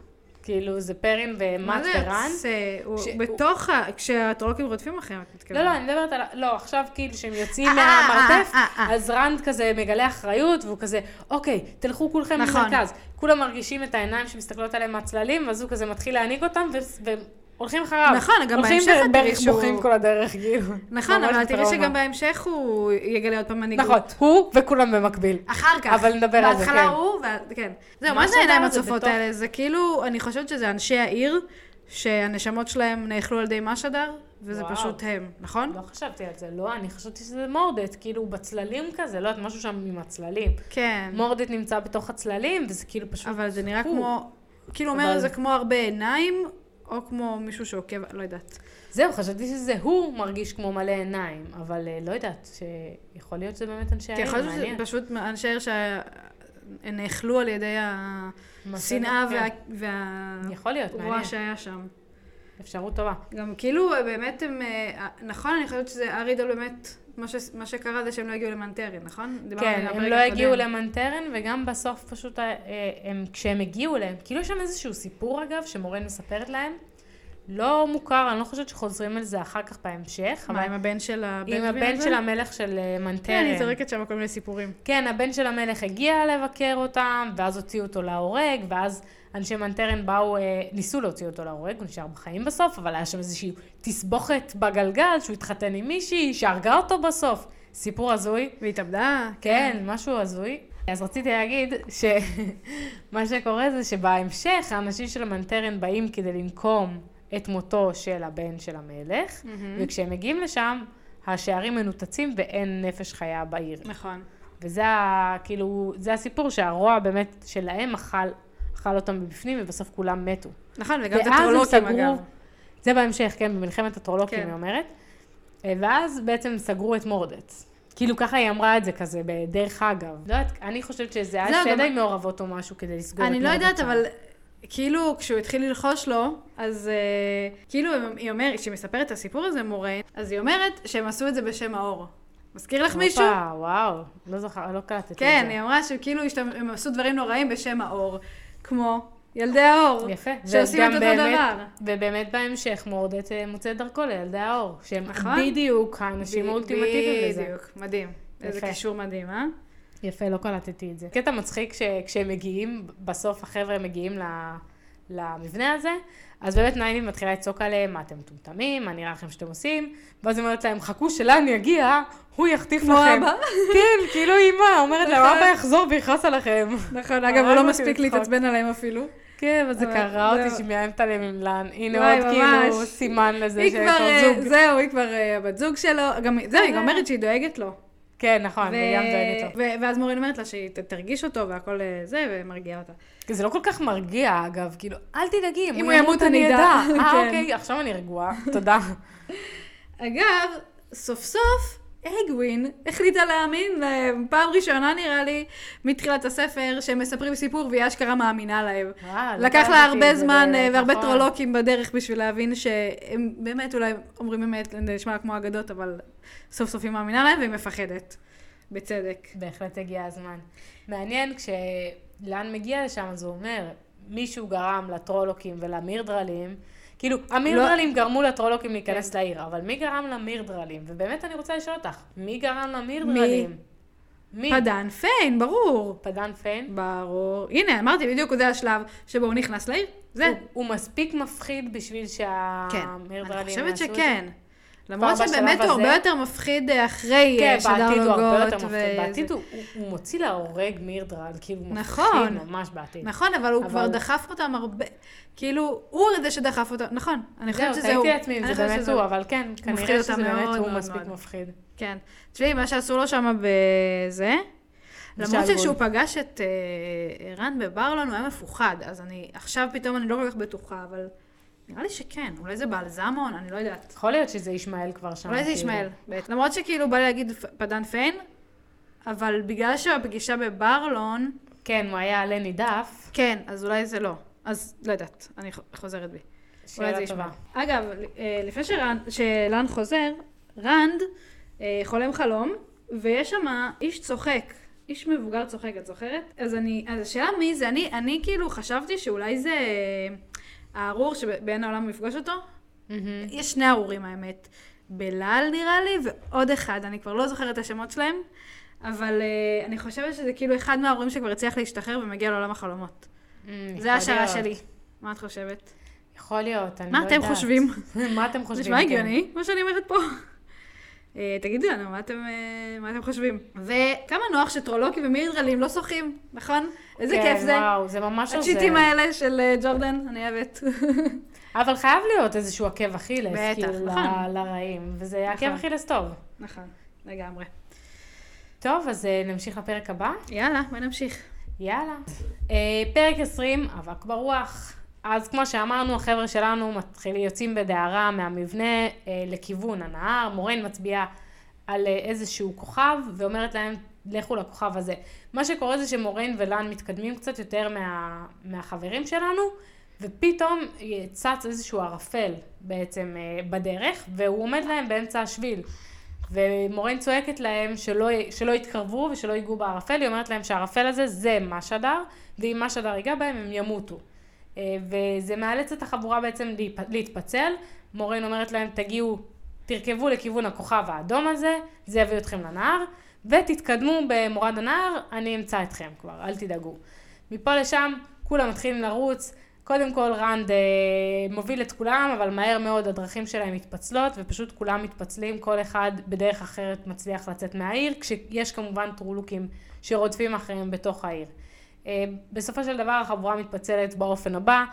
B: כאילו, זה פרין
A: מה
B: ומאט
A: זה
B: ורן.
A: יוצא? הוא
B: כש-
A: בתוך ה... כשהטרולוקים רודפים אחריהם, את מתכוונת.
B: לא, לא, אני מדברת על... ה- לא, עכשיו כאילו שהם יוצאים
A: אה,
B: מהמרתף,
A: אה, אה, אה.
B: אז רנד כזה מגלה אחריות, והוא כזה, אוקיי, תלכו כולכם
A: נכון.
B: למרכז. כולם מרגישים את העיניים שמסתכלות עליהם מהצללים, אז הוא כזה מתחיל להנהיג אותם, ו- והם הולכים אחריו.
A: נכון, גם
B: הולכים
A: בהמשך את
B: וברך
A: תראי שהוא-
B: בוכים כל הדרך, כאילו.
A: נכון,
B: ממש
A: אבל תראי
B: טראומה.
A: שגם בהמשך הוא יגלה עוד פעם מנהיגות.
B: נכון, הוא וכולם במקביל.
A: אחר כך.
B: אבל נדבר על זה,
A: בהתחלה
B: כן.
A: הוא, וה- כן. זהו,
B: מה
A: מה זה העיניים
B: שאמרת, זה
A: הצופות
B: בתוך-
A: האלה? זה כאילו, אני חושבת שזה אנשי העיר, שהנשמות שלהם נאכלו על ידי משדר, וזה
B: וואו.
A: פשוט הם, נכון?
B: לא חשבתי על זה, לא, אני חשבתי שזה מורדט, כאילו הוא בצללים כזה, לא יודעת, משהו שם עם הצללים.
A: כן.
B: מורדט נמצא בתוך הצללים, וזה כאילו פשוט...
A: אבל זה נראה
B: הוא.
A: כמו... כאילו
B: אבל-
A: אומר, זה כמו הרבה עיניים, או כמו מישהו שעוקב, לא יודעת.
B: זהו, חשבתי שזה הוא מרגיש כמו מלא עיניים, אבל אה, לא יודעת, שיכול להיות שזה באמת אנשי
A: כי
B: העיר,
A: יכול להיות
B: כן, מעניין.
A: שזה פשוט אנשי העיר שנאכלו על ידי השנאה
B: מה שזה-
A: וה- וה...
B: כן. יכול להיות,
A: רוע
B: מעניין.
A: שהיה שם.
B: אפשרות טובה.
A: גם כאילו, באמת הם... אה, נכון, אני חושבת שזה ארידול באמת, מה ש- מה שקרה זה שהם לא הגיעו למנטריה, נכון? דיברנו על
B: כן,
A: זה
B: הם
A: בפרק
B: לא הגיעו
A: הקודם.
B: למנטרן, וגם בסוף פשוט, אה, אה, הם, כשהם הגיעו אליהם, כאילו יש שם איזשהו סיפור אגב, שמורן מספרת להם, לא מוכר, אני לא חושבת שחוזרים על זה אחר כך בהמשך,
C: מה,
B: אבל
C: עם הבן של הבן
B: עם הבן של המלך של אה,
C: כן, אני
B: מנטרן.
C: זורקת שם כל מיני סיפורים.
B: כן, הבן של המלך הגיע לבקר אותם, ואז הוציאו אותו להורג, ואז אנשי מנטרן באו, אה, ניסו להוציא אותו להורג, הוא נשאר בחיים בסוף, אבל היה שם איזושהי תסבוכת בגלגל, שהוא התחתן עם מישהי, שהרגה אותו בסוף. סיפור הזוי.
C: והתאבדה?
B: כן, משהו הזוי. אז רציתי להגיד שמה שקורה זה שבהמשך האנשים של המנטרן באים כדי לנקום את מותו של הבן של המלך, וכשהם מגיעים לשם, השערים מנותצים ואין נפש חיה בעיר.
A: נכון.
B: וזה ה- כאילו, זה הסיפור שהרוע באמת שלהם אכל, אכל אותם מבפנים, ובסוף כולם מתו.
A: נכון, וגם את
B: ואז הם
A: הטרולוקים
B: סגרו-
A: אגב.
B: זה בהמשך, כן, במלחמת הטרולוקים,
A: כן.
B: היא אומרת. אה, ואז בעצם סגרו את מורדץ. כאילו ככה היא אמרה את זה כזה, בדרך אגב. לא יודעת, אני חושבת שזה היה
A: זהו, גם-
B: שדי מעורבות או משהו כדי לסגור את
A: אני לא
B: מורדץ.
A: יודעת,
B: שם.
A: אבל כאילו כשהוא התחיל ללחוש לו, אז אה, כאילו הם- היא אומרת, כשהיא מספרת את הסיפור הזה, מוריין, אז היא אומרת שהם עשו את זה בשם האור. מזכיר לך
B: הופה,
A: מישהו?
B: וואו, לא זוכר, לא קלטתי את זה.
A: כן, היא אמרה שכאילו השתמ- הם עשו דברים נוראים בשם האור, כמו ילדי האור.
B: יפה.
A: שעושים את
B: וגם
A: אותו
B: באמת-
A: דבר.
B: ובאמת בהמשך מורדץ אה, מוצא את דרכו לילדי האור, שהם
A: נכון.
B: בדיוק האנשים
A: ב-
B: האולטימטיביים לזה.
A: בדיוק, מדהים. איזה
B: יפה.
A: קישור מדהים, אה?
B: יפה, לא קלטתי את זה. קטע מצחיק שכשהם מגיעים, בסוף החבר'ה מגיעים ל- למבנה הזה, אז באמת נייני מתחילה לצעוק עליהם, מה אתם מטומטמים, מה נראה לכם שאתם עושים, ואז היא אומרת להם, חכו שלן יגיע, הוא יחטיף
A: כמו
B: לכם.
A: אבא.
B: כן, כאילו אימא, אומרת להם,
A: נכון.
B: אבא יחזור ויכעס עליכם.
A: נכון,
B: הרגנו
A: אגב, הוא
B: אותי
A: לא מספיק
B: מצחוק.
A: להתעצבן עליהם אפילו.
B: כן, אבל זה
A: אבל
B: קרה אותי
A: אה, זהו.
B: שמאיימת עליהם עם לן. הנה
A: וואי,
B: עוד כאילו
A: ממש.
B: סימן לזה
A: היא
B: שהם
A: כבר,
B: כבר
A: אה,
B: זוג. אה.
A: זהו, היא כבר אה, הבת זוג שלו. גם- זהו, היא גם אומרת שהיא דואגת לו.
B: כן, נכון,
A: ו-
B: אני גם דואגת לו.
A: ו- ואז מורין אומרת לה שהיא ת- תרגיש אותו והכל אה, זה, ומרגיעה אותה.
B: כי זה לא כל כך מרגיע, אגב, כאילו, אל תדאגי,
A: אם הוא ימות, אני אדע.
B: אה,
A: כן.
B: אוקיי, עכשיו אני רגועה, תודה.
A: אגב, סוף סוף אגווין החליטה להאמין להם, פעם ראשונה נראה לי, מתחילת הספר, שהם מספרים סיפור והיא אשכרה מאמינה להם.
B: אה, לא
A: לקח לה
B: קלטתי את
A: הרבה
B: זה
A: זמן
B: באמת,
A: אה, והרבה
B: נכון.
A: טרולוקים בדרך בשביל להבין שהם באמת אולי אומרים אמת, זה נשמע כמו אגדות, אבל סוף סוף היא מאמינה להם והיא מפחדת. בצדק.
B: בהחלט הגיע הזמן. מעניין, כשלאן מגיע לשם, אז הוא אומר, מישהו גרם לטרולוקים ולמירדרלים, כאילו,
A: לא-
B: המירדרלים גרמו לטרולוקים להיכנס
A: כן.
B: לעיר, אבל מי גרם למירדרלים? ובאמת אני רוצה לשאול אותך, מי גרם למירדרלים? מי?
A: פדן פיין, ברור.
B: פדן פיין?
A: ברור. הנה, אמרתי, בדיוק זה השלב שבו הוא נכנס לעיר. זה.
B: הוא- הוא מספיק מפחיד בשביל
A: כן.
B: שהמירדרלים יעשו
A: אני
B: את זה?
A: חושבת שכן. למרות
B: בשלב
A: שבאמת הוא
B: הזה-
A: הרבה יותר מפחיד אה, אחרי
B: כן,
A: אה, שדר לוגות.
B: בעתיד הוא הרבה יותר מפחיד.
A: וזה.
B: בעתיד הוא- הוא- הוא מוציא להורג מירדרל, כאילו, הוא מפחיד
A: נכון.
B: ממש בעתיד.
A: נכון, אבל הוא
B: אבל-
A: כבר דחף אותם הרבה, כאילו, הוא זה שדחף אותם, נכון, אני חושבת שזה
B: זהו,
A: הוא.
B: תהיתי לעצמי
A: אני
B: אם זה
A: חושבת
B: באמת
A: שזה
B: הוא, אבל כן,
A: מפחיד
B: כנראה שזה
A: אותם
B: באמת
A: מאוד,
B: הוא
A: מאוד,
B: מספיק
A: מאוד.
B: מפחיד.
A: כן. תשמעי, מה שעשו לו שם בזה, למרות
B: בשלגון.
A: שכשהוא פגש את אה, רן בברלון, הוא היה מפוחד, אז אני, עכשיו פתאום אני לא כל כך בטוחה, אבל נראה לי שכן, אולי זה בלזמון, אני לא יודעת.
B: יכול להיות שזה ישמעאל כבר שם.
A: אולי זה
B: כאילו.
A: ישמעאל, בעצם. למרות שכאילו בא לי להגיד פ- פדן פיין, אבל בגלל שהפגישה בברלון,
B: כן, הוא היה עלה נידף.
A: כן, אז אולי זה לא. אז לא יודעת, אני ח- חוזרת בי. אולי זה
B: שאלה
A: ישמע.
B: טובה.
A: אגב, אה, לפני שרן, שלן חוזר, רנד אה, חולם חלום, ויש שם איש צוחק. איש מבוגר צוחק, את זוכרת? אז אני, אז השאלה מי זה, אני, אני כאילו חשבתי שאולי זה אה, הארור שבעין העולם הוא יפגוש אותו.
B: מהמם.
A: יש שני ארורים האמת, בלעל נראה לי, ועוד אחד, אני כבר לא זוכרת את השמות שלהם, אבל אה, אני חושבת שזה כאילו אחד מההורים שכבר הצליח להשתחרר ומגיע לעולם החלומות.
B: אמ, יכול
A: זה השערה
B: להיות.
A: שלי. מה את חושבת?
B: יכול להיות, אני לא
A: מה
B: יודעת.
A: אתם חושבים?
B: מה אתם חושבים?
A: נשמע
B: כן.
A: הגיוני, מה שאני אומרת פה. אה, תגידו לנו, מה אתם, אה, מה אתם חושבים? וכמה נוח שטרולוקים ומירדרלים לא שוחים, נכון? איזה
B: כן,
A: כיף זה.
B: וואו, זה ממש עוזר.
A: הצ'יטים האלה של אה, ג'ורדן, אני אוהבת.
B: אבל חייב להיות איזשהו עקב אכילס,
A: בטח,
B: כאילו, ל-
A: נכון.
B: לרעים. וזה עקב
A: נכון.
B: אכילס טוב.
A: נכון, לגמרי.
B: טוב, אז אה, נמשיך לפרק הבא.
A: יאללה, בוא נמשיך.
B: יאללה. אה, פרק 20, אבק ברוח. אז כמו שאמרנו, החבר'ה שלנו מתחילים, יוצאים בדהרה מהמבנה אה, לכיוון הנהר. מורן מצביעה על אה, איזשהו כוכב ואומרת להם, לכו לכוכב הזה. מה שקורה זה שמורן ולן מתקדמים קצת יותר מה, מהחברים שלנו, ופתאום אה, צץ איזשהו ערפל בעצם אה, בדרך, והוא עומד להם באמצע השביל. ומורן צועקת להם שלא, שלא יתקרבו ושלא ייגעו בערפל, היא אומרת להם שהערפל הזה זה משדר, ואם משדר ייגע בהם הם ימותו. אה, וזה מאלץ את החבורה בעצם להיפ- להתפצל. מורן אומרת להם, תגיעו, תרכבו לכיוון הכוכב האדום הזה, זה יביא אתכם לנהר, ותתקדמו במורד הנהר, אני אמצא אתכם כבר, אל תדאגו. מפה לשם, כולם מתחילים לרוץ. קודם כל רנד אה, מוביל את כולם, אבל מהר מאוד הדרכים שלהם מתפצלות, ופשוט כולם מתפצלים, כל אחד בדרך אחרת מצליח לצאת מהעיר, כשיש כמובן טרולוקים שרודפים אחריהם בתוך העיר. אה, בסופו של דבר החבורה מתפצלת באופן הבא,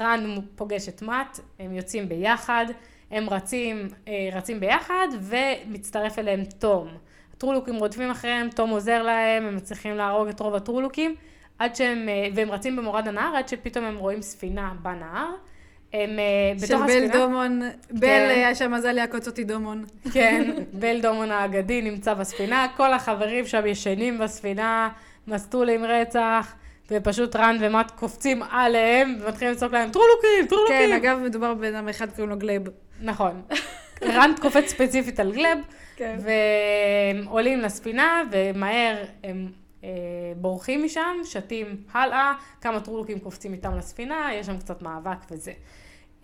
B: רן פוגש את מאט, הם יוצאים ביחד, הם רצים, אה, רצים ביחד, ומצטרף אליהם תום. הטרולוקים רודפים אחריהם, תום עוזר להם, הם מצליחים להרוג את רוב הטרולוקים, עד שהם, אה, והם רצים במורד הנהר, עד שפתאום הם רואים ספינה בנהר. הם אה, בתוך
A: של
B: הספינה...
A: בל דומון, בל
B: כן.
A: היה שם מזל יעקוץ אותי דומון.
B: כן, בל דומון האגדי נמצא בספינה, כל החברים שם ישנים בספינה, מסטולים רצח, ופשוט רן ומט קופצים עליהם, ומתחילים לצעוק להם, טרולוקים,
A: כן,
B: טרולוקים.
A: אגב, מדובר בבן אדם אחד, קוראים לו גלייב.
B: נכון. רן קופץ ספציפית על גלב,
A: כן.
B: והם עולים לספינה, ומהר הם אה, בורחים משם, שתים הלאה, כמה טרולוקים קופצים איתם לספינה, יש שם קצת מאבק וזה.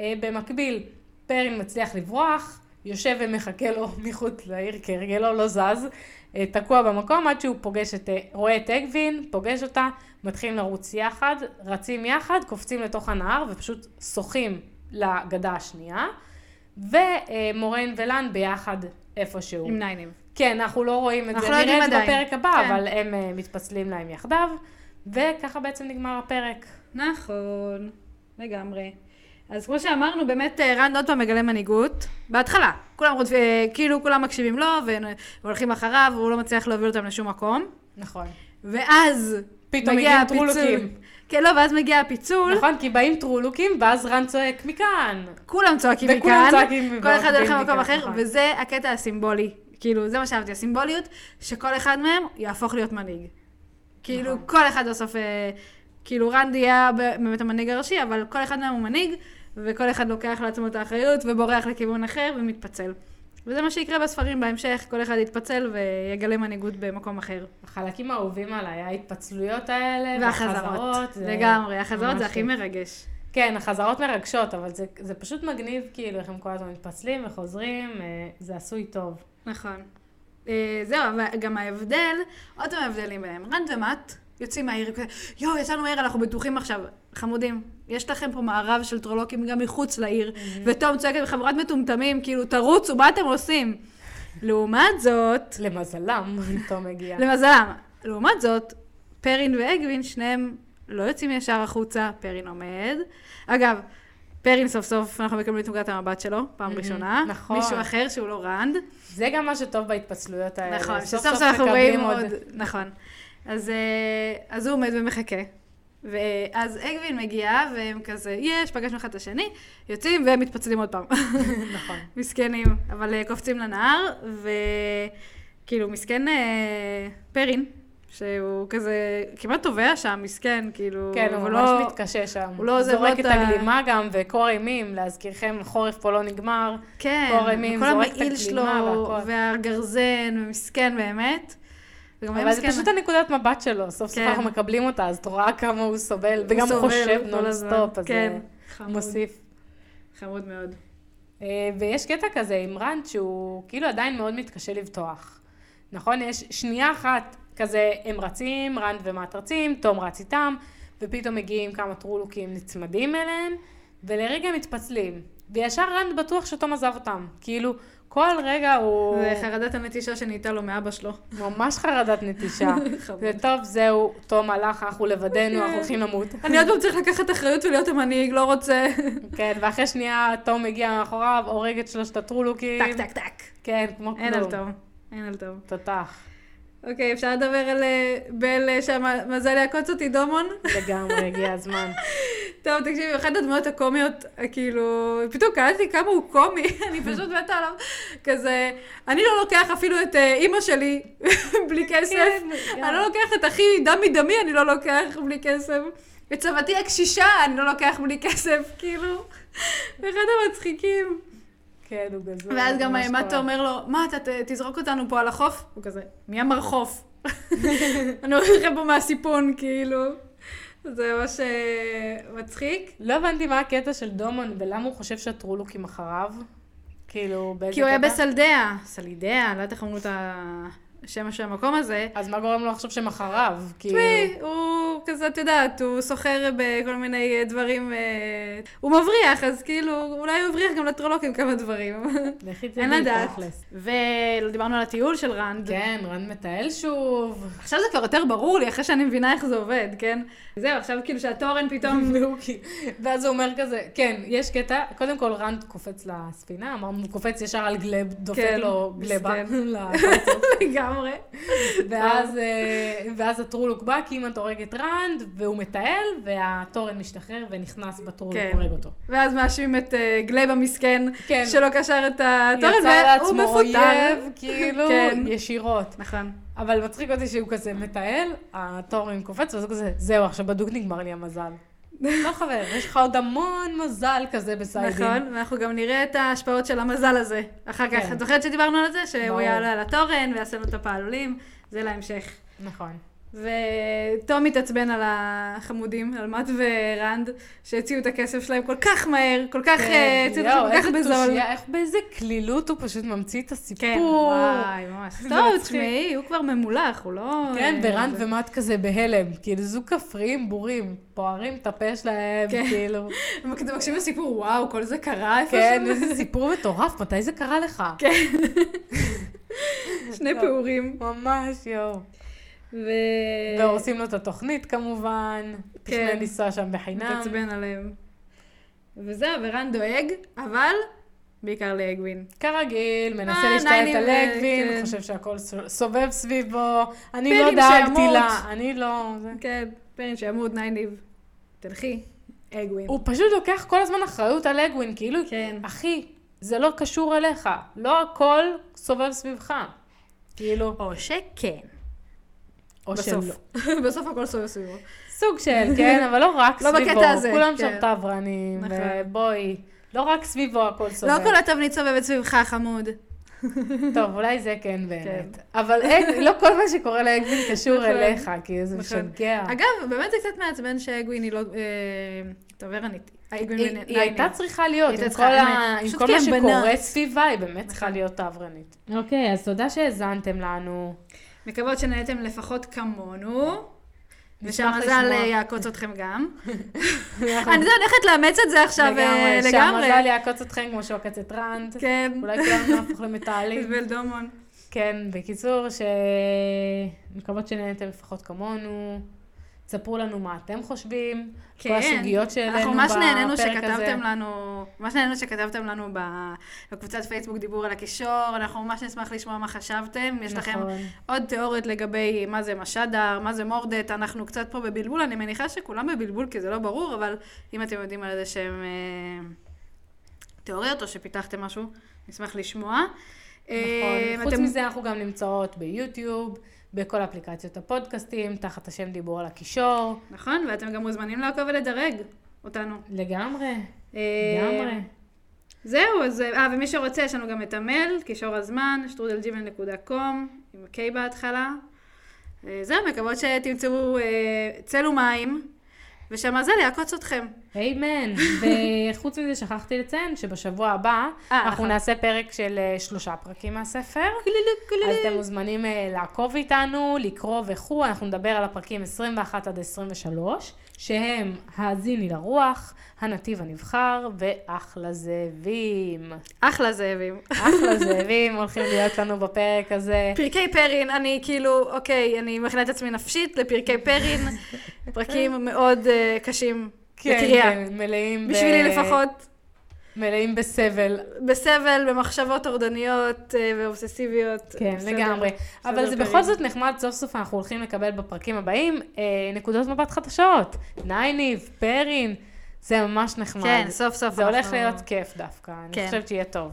B: אה, במקביל, פרין מצליח לברוח, יושב ומחכה לו מחוץ לעיר, כהרגלו לא זז, אה, תקוע במקום עד שהוא פוגש את, אה, רואה את אגווין, פוגש אותה, מתחילים לרוץ יחד, רצים יחד, קופצים לתוך הנהר ופשוט שוחים לגדה השנייה, ומורן ולן ביחד איפשהו.
A: עם ניינים.
B: כן, אנחנו לא רואים את
A: אנחנו
B: זה,
A: לא יודעים
B: נראה את זה
A: עדיין.
B: בפרק הבא,
A: כן.
B: אבל הם אה, מתפצלים להם יחדיו, וככה בעצם נגמר הפרק.
A: נכון, לגמרי. אז כמו שאמרנו, באמת אה, רן עוד פעם מגלה מנהיגות. בהתחלה, כולם רודפים, אה, כאילו כולם מקשיבים לו, והולכים אחריו, והוא לא מצליח להוביל אותם לשום מקום.
B: נכון.
A: ואז
B: פתאום
A: מגיע
B: מגיעים
A: הפיצול.
B: טרולוקים.
A: כן, לא, ואז מגיע הפיצול.
B: נכון, כי באים טרולוקים, ואז רן צועק מכאן.
A: כולם צועקים מכאן.
B: וכולם צועקים
A: כל אחד הולך
B: ועובדים
A: למקום
B: מכאן,
A: אחר,
B: נכון.
A: וזה הקטע הסימבולי. כאילו, זה מה שאהבתי, הסימבוליות, שכל אחד מהם יהפוך להיות מנהיג. כאילו,
B: נכון.
A: כל אחד בסוף, אה, כאילו, רנדי היה ב- באמת המנהיג הראשי, אבל כל אחד מהם הוא מנהיג, וכל אחד לוקח לעצמו את האחריות, ובורח לכיוון אחר, ומתפצל. וזה מה שיקרה בספרים בהמשך, כל אחד יתפצל ויגלה מנהיגות במקום אחר.
B: אה, החלקים האהובים עליי, ההתפצלויות האלה,
A: והחזרות,
B: זה
A: לגמרי, החזרות
B: ממש
A: זה הכי
B: כיף.
A: מרגש.
B: כן, החזרות מרגשות, אבל זה, זה פשוט מגניב, כאילו, איך הם כל הזמן מתפצלים וחוזרים, אה, זה עשוי טוב.
A: נכון. אה, זהו, אבל גם ההבדל, עוד פעם ההבדלים ביניהם. רן ומט יוצאים מהעיר, כזה, יואו, יצאנו מהעיר, אנחנו בטוחים עכשיו. חמודים, יש לכם פה מארב של טרולוקים גם מחוץ לעיר, ותום צועקת בחבורת מטומטמים, כאילו, תרוצו, מה אתם עושים? לעומת זאת,
B: למזלם, תום הגיע.
A: למזלם, לעומת זאת, פרין ואגווין, שניהם לא יוצאים ישר החוצה, פרין עומד. אגב, פרין סוף סוף, אנחנו מקבלים את נקודת המבט שלו, פעם ראשונה.
B: נכון.
A: מישהו אחר שהוא לא רנד.
B: זה גם מה שטוב בהתפצלויות האלה.
A: נכון,
B: סוף
A: שסוף
B: סוף
A: סוף אנחנו
B: מקבלים
A: רואים עוד, נכון. אז, אה, אז הוא עומד ומחכה. ואז אגווין מגיע, והם כזה, יש, פגשנו אחד את השני, יוצאים והם מתפצלים עוד פעם.
B: נכון.
A: מסכנים, אבל אה, קופצים לנהר, וכאילו, מסכן אה, פרין, שהוא כזה כמעט טובע שם, מסכן, כאילו,
B: כן, הוא
A: אבל
B: ממש
A: לא-
B: מתקשה שם.
A: הוא לא עוזב לו
B: זורק
A: את
B: את
A: ה-
B: הגלימה גם, וקור אימים, להזכירכם, חורף פה לא נגמר.
A: כן,
B: קור אימים,
A: כל
B: זורק את
A: המעיל שלו,
B: הגלימה והכל.
A: והגרזן, ומסכן באמת. וגם
B: אבל זה פשוט הנקודת מבט שלו, סוף סוף
A: כן.
B: אנחנו מקבלים אותה, אז את רואה כמה הוא סובל, וגם
A: סובל
B: חושב
A: כל
B: נונסטופ,
A: הזמן.
B: אז
A: כן.
B: זה
A: חמוד.
B: מוסיף.
A: חמוד מאוד.
B: אה, ויש קטע כזה עם רנד שהוא כאילו עדיין מאוד מתקשה לבטוח. נכון? יש שנייה אחת כזה, הם רצים, רנד ומט רצים, תום רץ איתם, ופתאום מגיעים כמה טרולוקים נצמדים אליהם, ולרגע הם מתפצלים. וישר רנד בטוח שתום עזב אותם. כאילו, כל רגע הוא...
A: זה חרדת הנטישה שנהייתה לו מאבא שלו.
B: ממש חרדת נטישה.
A: חמוד. כן.
B: זה טוב, זהו, תום הלך, אנחנו לבדנו, אנחנו הולכים למות.
A: אני עוד פעם צריך לקחת אחריות ולהיות המנהיג, לא רוצה.
B: כן, ואחרי שנייה תום הגיע מאחוריו, הורג את שלושת הטרולוקים.
A: טק, טק, טק. לא.
B: כן, כמו כלום.
A: אין על תום. אין על תום.
B: תותח,
A: אוקיי, אפשר לדבר על אה, בל אה, שהמזל יעקוץ אותי, דומון?
B: לגמרי, הגיע הזמן.
A: טוב, תקשיבי, אחת הדמויות הקומיות, אה, כאילו, פתאום קלטתי כמה הוא קומי, אני פשוט מתה עליו. כזה, אני לא לוקח אפילו את אה, אימא שלי בלי כסף. אני לא לוקח את אחי דם מדמי, אני לא לוקח בלי כסף. את סבתי הקשישה, אני לא לוקח בלי כסף, כאילו. אחד המצחיקים.
B: כן, הוא גזור.
A: ואז גם אה,
B: ממש
A: מטה
B: כואב.
A: אומר לו, מה, אתה ת- תזרוק אותנו פה על החוף? הוא כזה, מי אמר חוף? אני הולך לכם פה מהסיפון, כאילו. זה ממש אה, מצחיק.
B: לא הבנתי מה הקטע של דומון ולמה הוא חושב שהטרולוקים אחריו. כאילו, באיזה קטע?
A: כי הוא היה בסלדיה, סלידיה, לא יודעת איך אמרו את השם של המקום הזה.
B: אז מה גורם לו לחשוב שהם אחריו? כאילו...
A: תשמעי, הוא כזה, את יודעת, הוא סוחר בכל מיני אה, דברים, אה, הוא מבריח, אז כאילו, אולי הוא הבריח גם לטרולוקים כמה דברים.
B: לכי תדעי,
A: אין לדעת.
B: תכלס.
A: ודיברנו על הטיול של רנד.
B: כן, רן מטייל שוב.
A: עכשיו זה כבר יותר ברור לי, אחרי שאני מבינה איך זה עובד, כן? זהו, עכשיו כאילו שהתורן פתאום...
B: והוא כי- ואז הוא אומר כזה, כן, יש קטע, קודם כל רן קופץ לספינה, אמרנו, הוא קופץ ישר על גלב, דופק
A: כן,
B: לו גלבה.
A: מסכן.
B: ל-
A: לגמרי.
B: ואז, אה, ואז הטרולוק בא, כי אימא הורג את רנד, והוא מטייל, והתורן משתחרר ונכנס בטרולוק,
A: כן.
B: הורג אותו.
A: ואז מאשים את אה, גלייב המסכן,
B: כן.
A: שלא קשר את התורן,
B: יצר
A: והוא
B: לעצמו
A: מפוטר.
B: אויב, כאילו,
A: כן.
B: ישירות.
A: נכון.
B: אבל מצחיק אותי שהוא כזה מטייל, התורן קופץ, ואז הוא כזה, זהו, עכשיו בדוק נגמר לי המזל. לא חבר, יש לך עוד המון מזל כזה בסיידים.
A: נכון, ואנחנו גם נראה את ההשפעות של המזל הזה. אחר כך,
B: כן.
A: את זוכרת שדיברנו על זה?
B: ברור.
A: שהוא יעלה על התורן ויעשה לו את הפעלולים, זה להמשך.
B: נכון.
A: ותום התעצבן על החמודים, על מאט ורנד, שהציעו את הכסף שלהם כל כך מהר, כל כך אה, הציעו את
B: כן. יואו,
A: זה כל כך
B: איזה
A: בזול.
B: תושייה, איך באיזה קלילות הוא פשוט ממציא את
A: כן,
B: הסיפור.
A: וואי, ממש.
B: זה
A: טוב,
B: מצחיק.
A: תשמעי, הוא כבר ממולח, הוא לא...
B: כן,
A: אה,
B: ורן
A: זה.
B: ומט כזה בהלם, כאילו זוג כפריים בורים, פוערים את הפה שלהם,
A: כן.
B: כאילו,
A: הם כזה מקשיבים לסיפור, וואו, כל זה קרה איפה
B: כן, איזה סיפור מטורף, מתי זה קרה לך?
A: שני פעורים.
B: ממש, יואו.
A: ו... אה.
B: והורסים לו את התוכנית כמובן,
A: כן.
B: תכנן לנסוע שם בחינם.
A: מתעצבן עליהם. וזהו, ורן דואג, אבל בעיקר לאגווין.
B: כרגיל, מנסה
A: אה,
B: להשתלט
A: ניינים,
B: על
A: אה,
B: אגווין,
A: כן.
B: חושב שהכל ס- סובב סביבו, אני
A: פנים
B: לא דאגתי
A: שימות.
B: לה, אני לא... זה.
A: כן, פרין שימות, נייניב. תלכי, אגווין.
B: הוא פשוט לוקח כל הזמן אחריות על אגווין, כאילו,
A: כן.
B: אחי, זה לא קשור אליך, לא הכל סובב סביבך. כאילו,
A: או שכן.
B: או
A: בסוף.
B: שלא.
A: בסוף הכל סובב סביבו.
B: סוג של, כן, אבל לא רק
A: לא
B: סביבו.
A: בקטע הזה,
B: כולם
A: כן.
B: שם תברנים,
A: נכון.
B: ובואי, לא רק סביבו הכל סובב.
A: לא כל התבנית סובבת סביבך, חמוד.
B: טוב, אולי זה כן באמת. אבל אין- לא כל מה שקורה לאגווין קשור
A: נכון.
B: אליך, כי זה
A: נכון.
B: משגע.
A: אגב, באמת זה קצת מעצבן שאגווין היא לא... אה, טוברנית. אגווין
B: היא
A: מנ-
B: היא הייתה
A: נייניב.
B: צריכה להיות,
A: הייתה
B: עם כל
A: צריכה,
B: ה-
A: האמת.
B: עם
A: פשוט
B: כל
A: כי
B: מה
A: הם בנות. נכון.
B: שקורה סביבה, היא באמת צריכה להיות תברנית. אוקיי, אז תודה שהאזנתם לנו.
A: מקוות שנהייתם לפחות כמונו.
B: נשמח
A: ושהמזל
B: לשמוע. נכון.
A: אה, יעקוץ אתכם גם. אני זהו, אני הולכת לאמץ את זה עכשיו אה,
B: לגמרי. שהמזל
A: לגמרי.
B: יעקוץ אתכם כמו שעוקץ את רנד.
A: כן.
B: אולי כולנו נהפוך למטאלים.
A: ולדומון.
B: כן, בקיצור, ש... מקוות שנהנתם לפחות כמונו. תספרו לנו מה אתם חושבים. כן. כל הסוגיות שהעלינו בפרק הזה. נכון,
A: אנחנו ממש נהנינו שכתבתם לנו, ממש נהנינו שכתבתם לנו ב- בקבוצת פייסבוק דיבור על הקישור, אנחנו ממש נשמח לשמוע מה חשבתם, יש לכם
B: נכון.
A: עוד תיאוריות לגבי מה זה משדר, מה זה מורדט, אנחנו קצת פה בבלבול, אני מניחה שכולם בבלבול כי זה לא ברור, אבל אם אתם יודעים על איזה שהם אה, תיאוריות או שפיתחתם משהו, נשמח לשמוע. אה,
B: נכון. חוץ
A: אתם-
B: מזה, אנחנו גם נמצאות ביוטיוב, בכל אפליקציות הפודקאסטים, תחת השם דיבור על הקישור.
A: נכון, ואתם גם מוזמנים לעקוב ולדרג אותנו.
B: לגמרי.
A: אה,
B: לגמרי.
A: זהו, אז... אה, ומי שרוצה, יש לנו גם את המייל, קישור הזמן, שטרודלג'ימל.קום, עם ה-K בהתחלה. אה, זהו, מקוות שתמצאו אה, צל ומים, ושהמזל יעקוץ אתכם.
B: איימן. וחוץ מזה, שכחתי לציין שבשבוע הבא,
A: אה,
B: אנחנו
A: נכון.
B: נעשה פרק של אה, שלושה פרקים מהספר. אז אתם מוזמנים אה, לעקוב איתנו, לקרוא וכו', אנחנו נדבר על הפרקים 21 עד 23, שהם האזיני לרוח, הנתיב הנבחר ואחלה זאבים.
A: אחלה זאבים.
B: אחלה זאבים הולכים להיות לנו בפרק הזה.
A: פרקי פרין, אני כאילו, אוקיי, אני מכינה את עצמי נפשית לפרקי פרין, פרקים מאוד אה, קשים לקריאה.
B: כן, מלאים ב...
A: בשבילי לפחות,
B: מלאים בסבל.
A: בסבל, במחשבות טורדניות אה, ואובססיביות.
B: כן,
A: בסדר.
B: לגמרי. אבל זה
A: פרק.
B: בכל זאת נחמד, סוף סוף אנחנו הולכים לקבל בפרקים הבאים אה, נקודות מבט חדשות. נייניב, פרין, זה ממש נחמד.
A: כן, סוף סוף
B: זה הולך
A: אנחנו-
B: להיות כיף דווקא, אני
A: כן.
B: חושבת שיהיה טוב.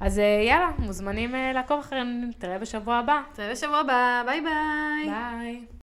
B: אז אה, יאללה, מוזמנים אה, לעקוב אחרינו, נתראה בשבוע הבא.
A: נתראה בשבוע הבא, ביי ביי.
B: ביי.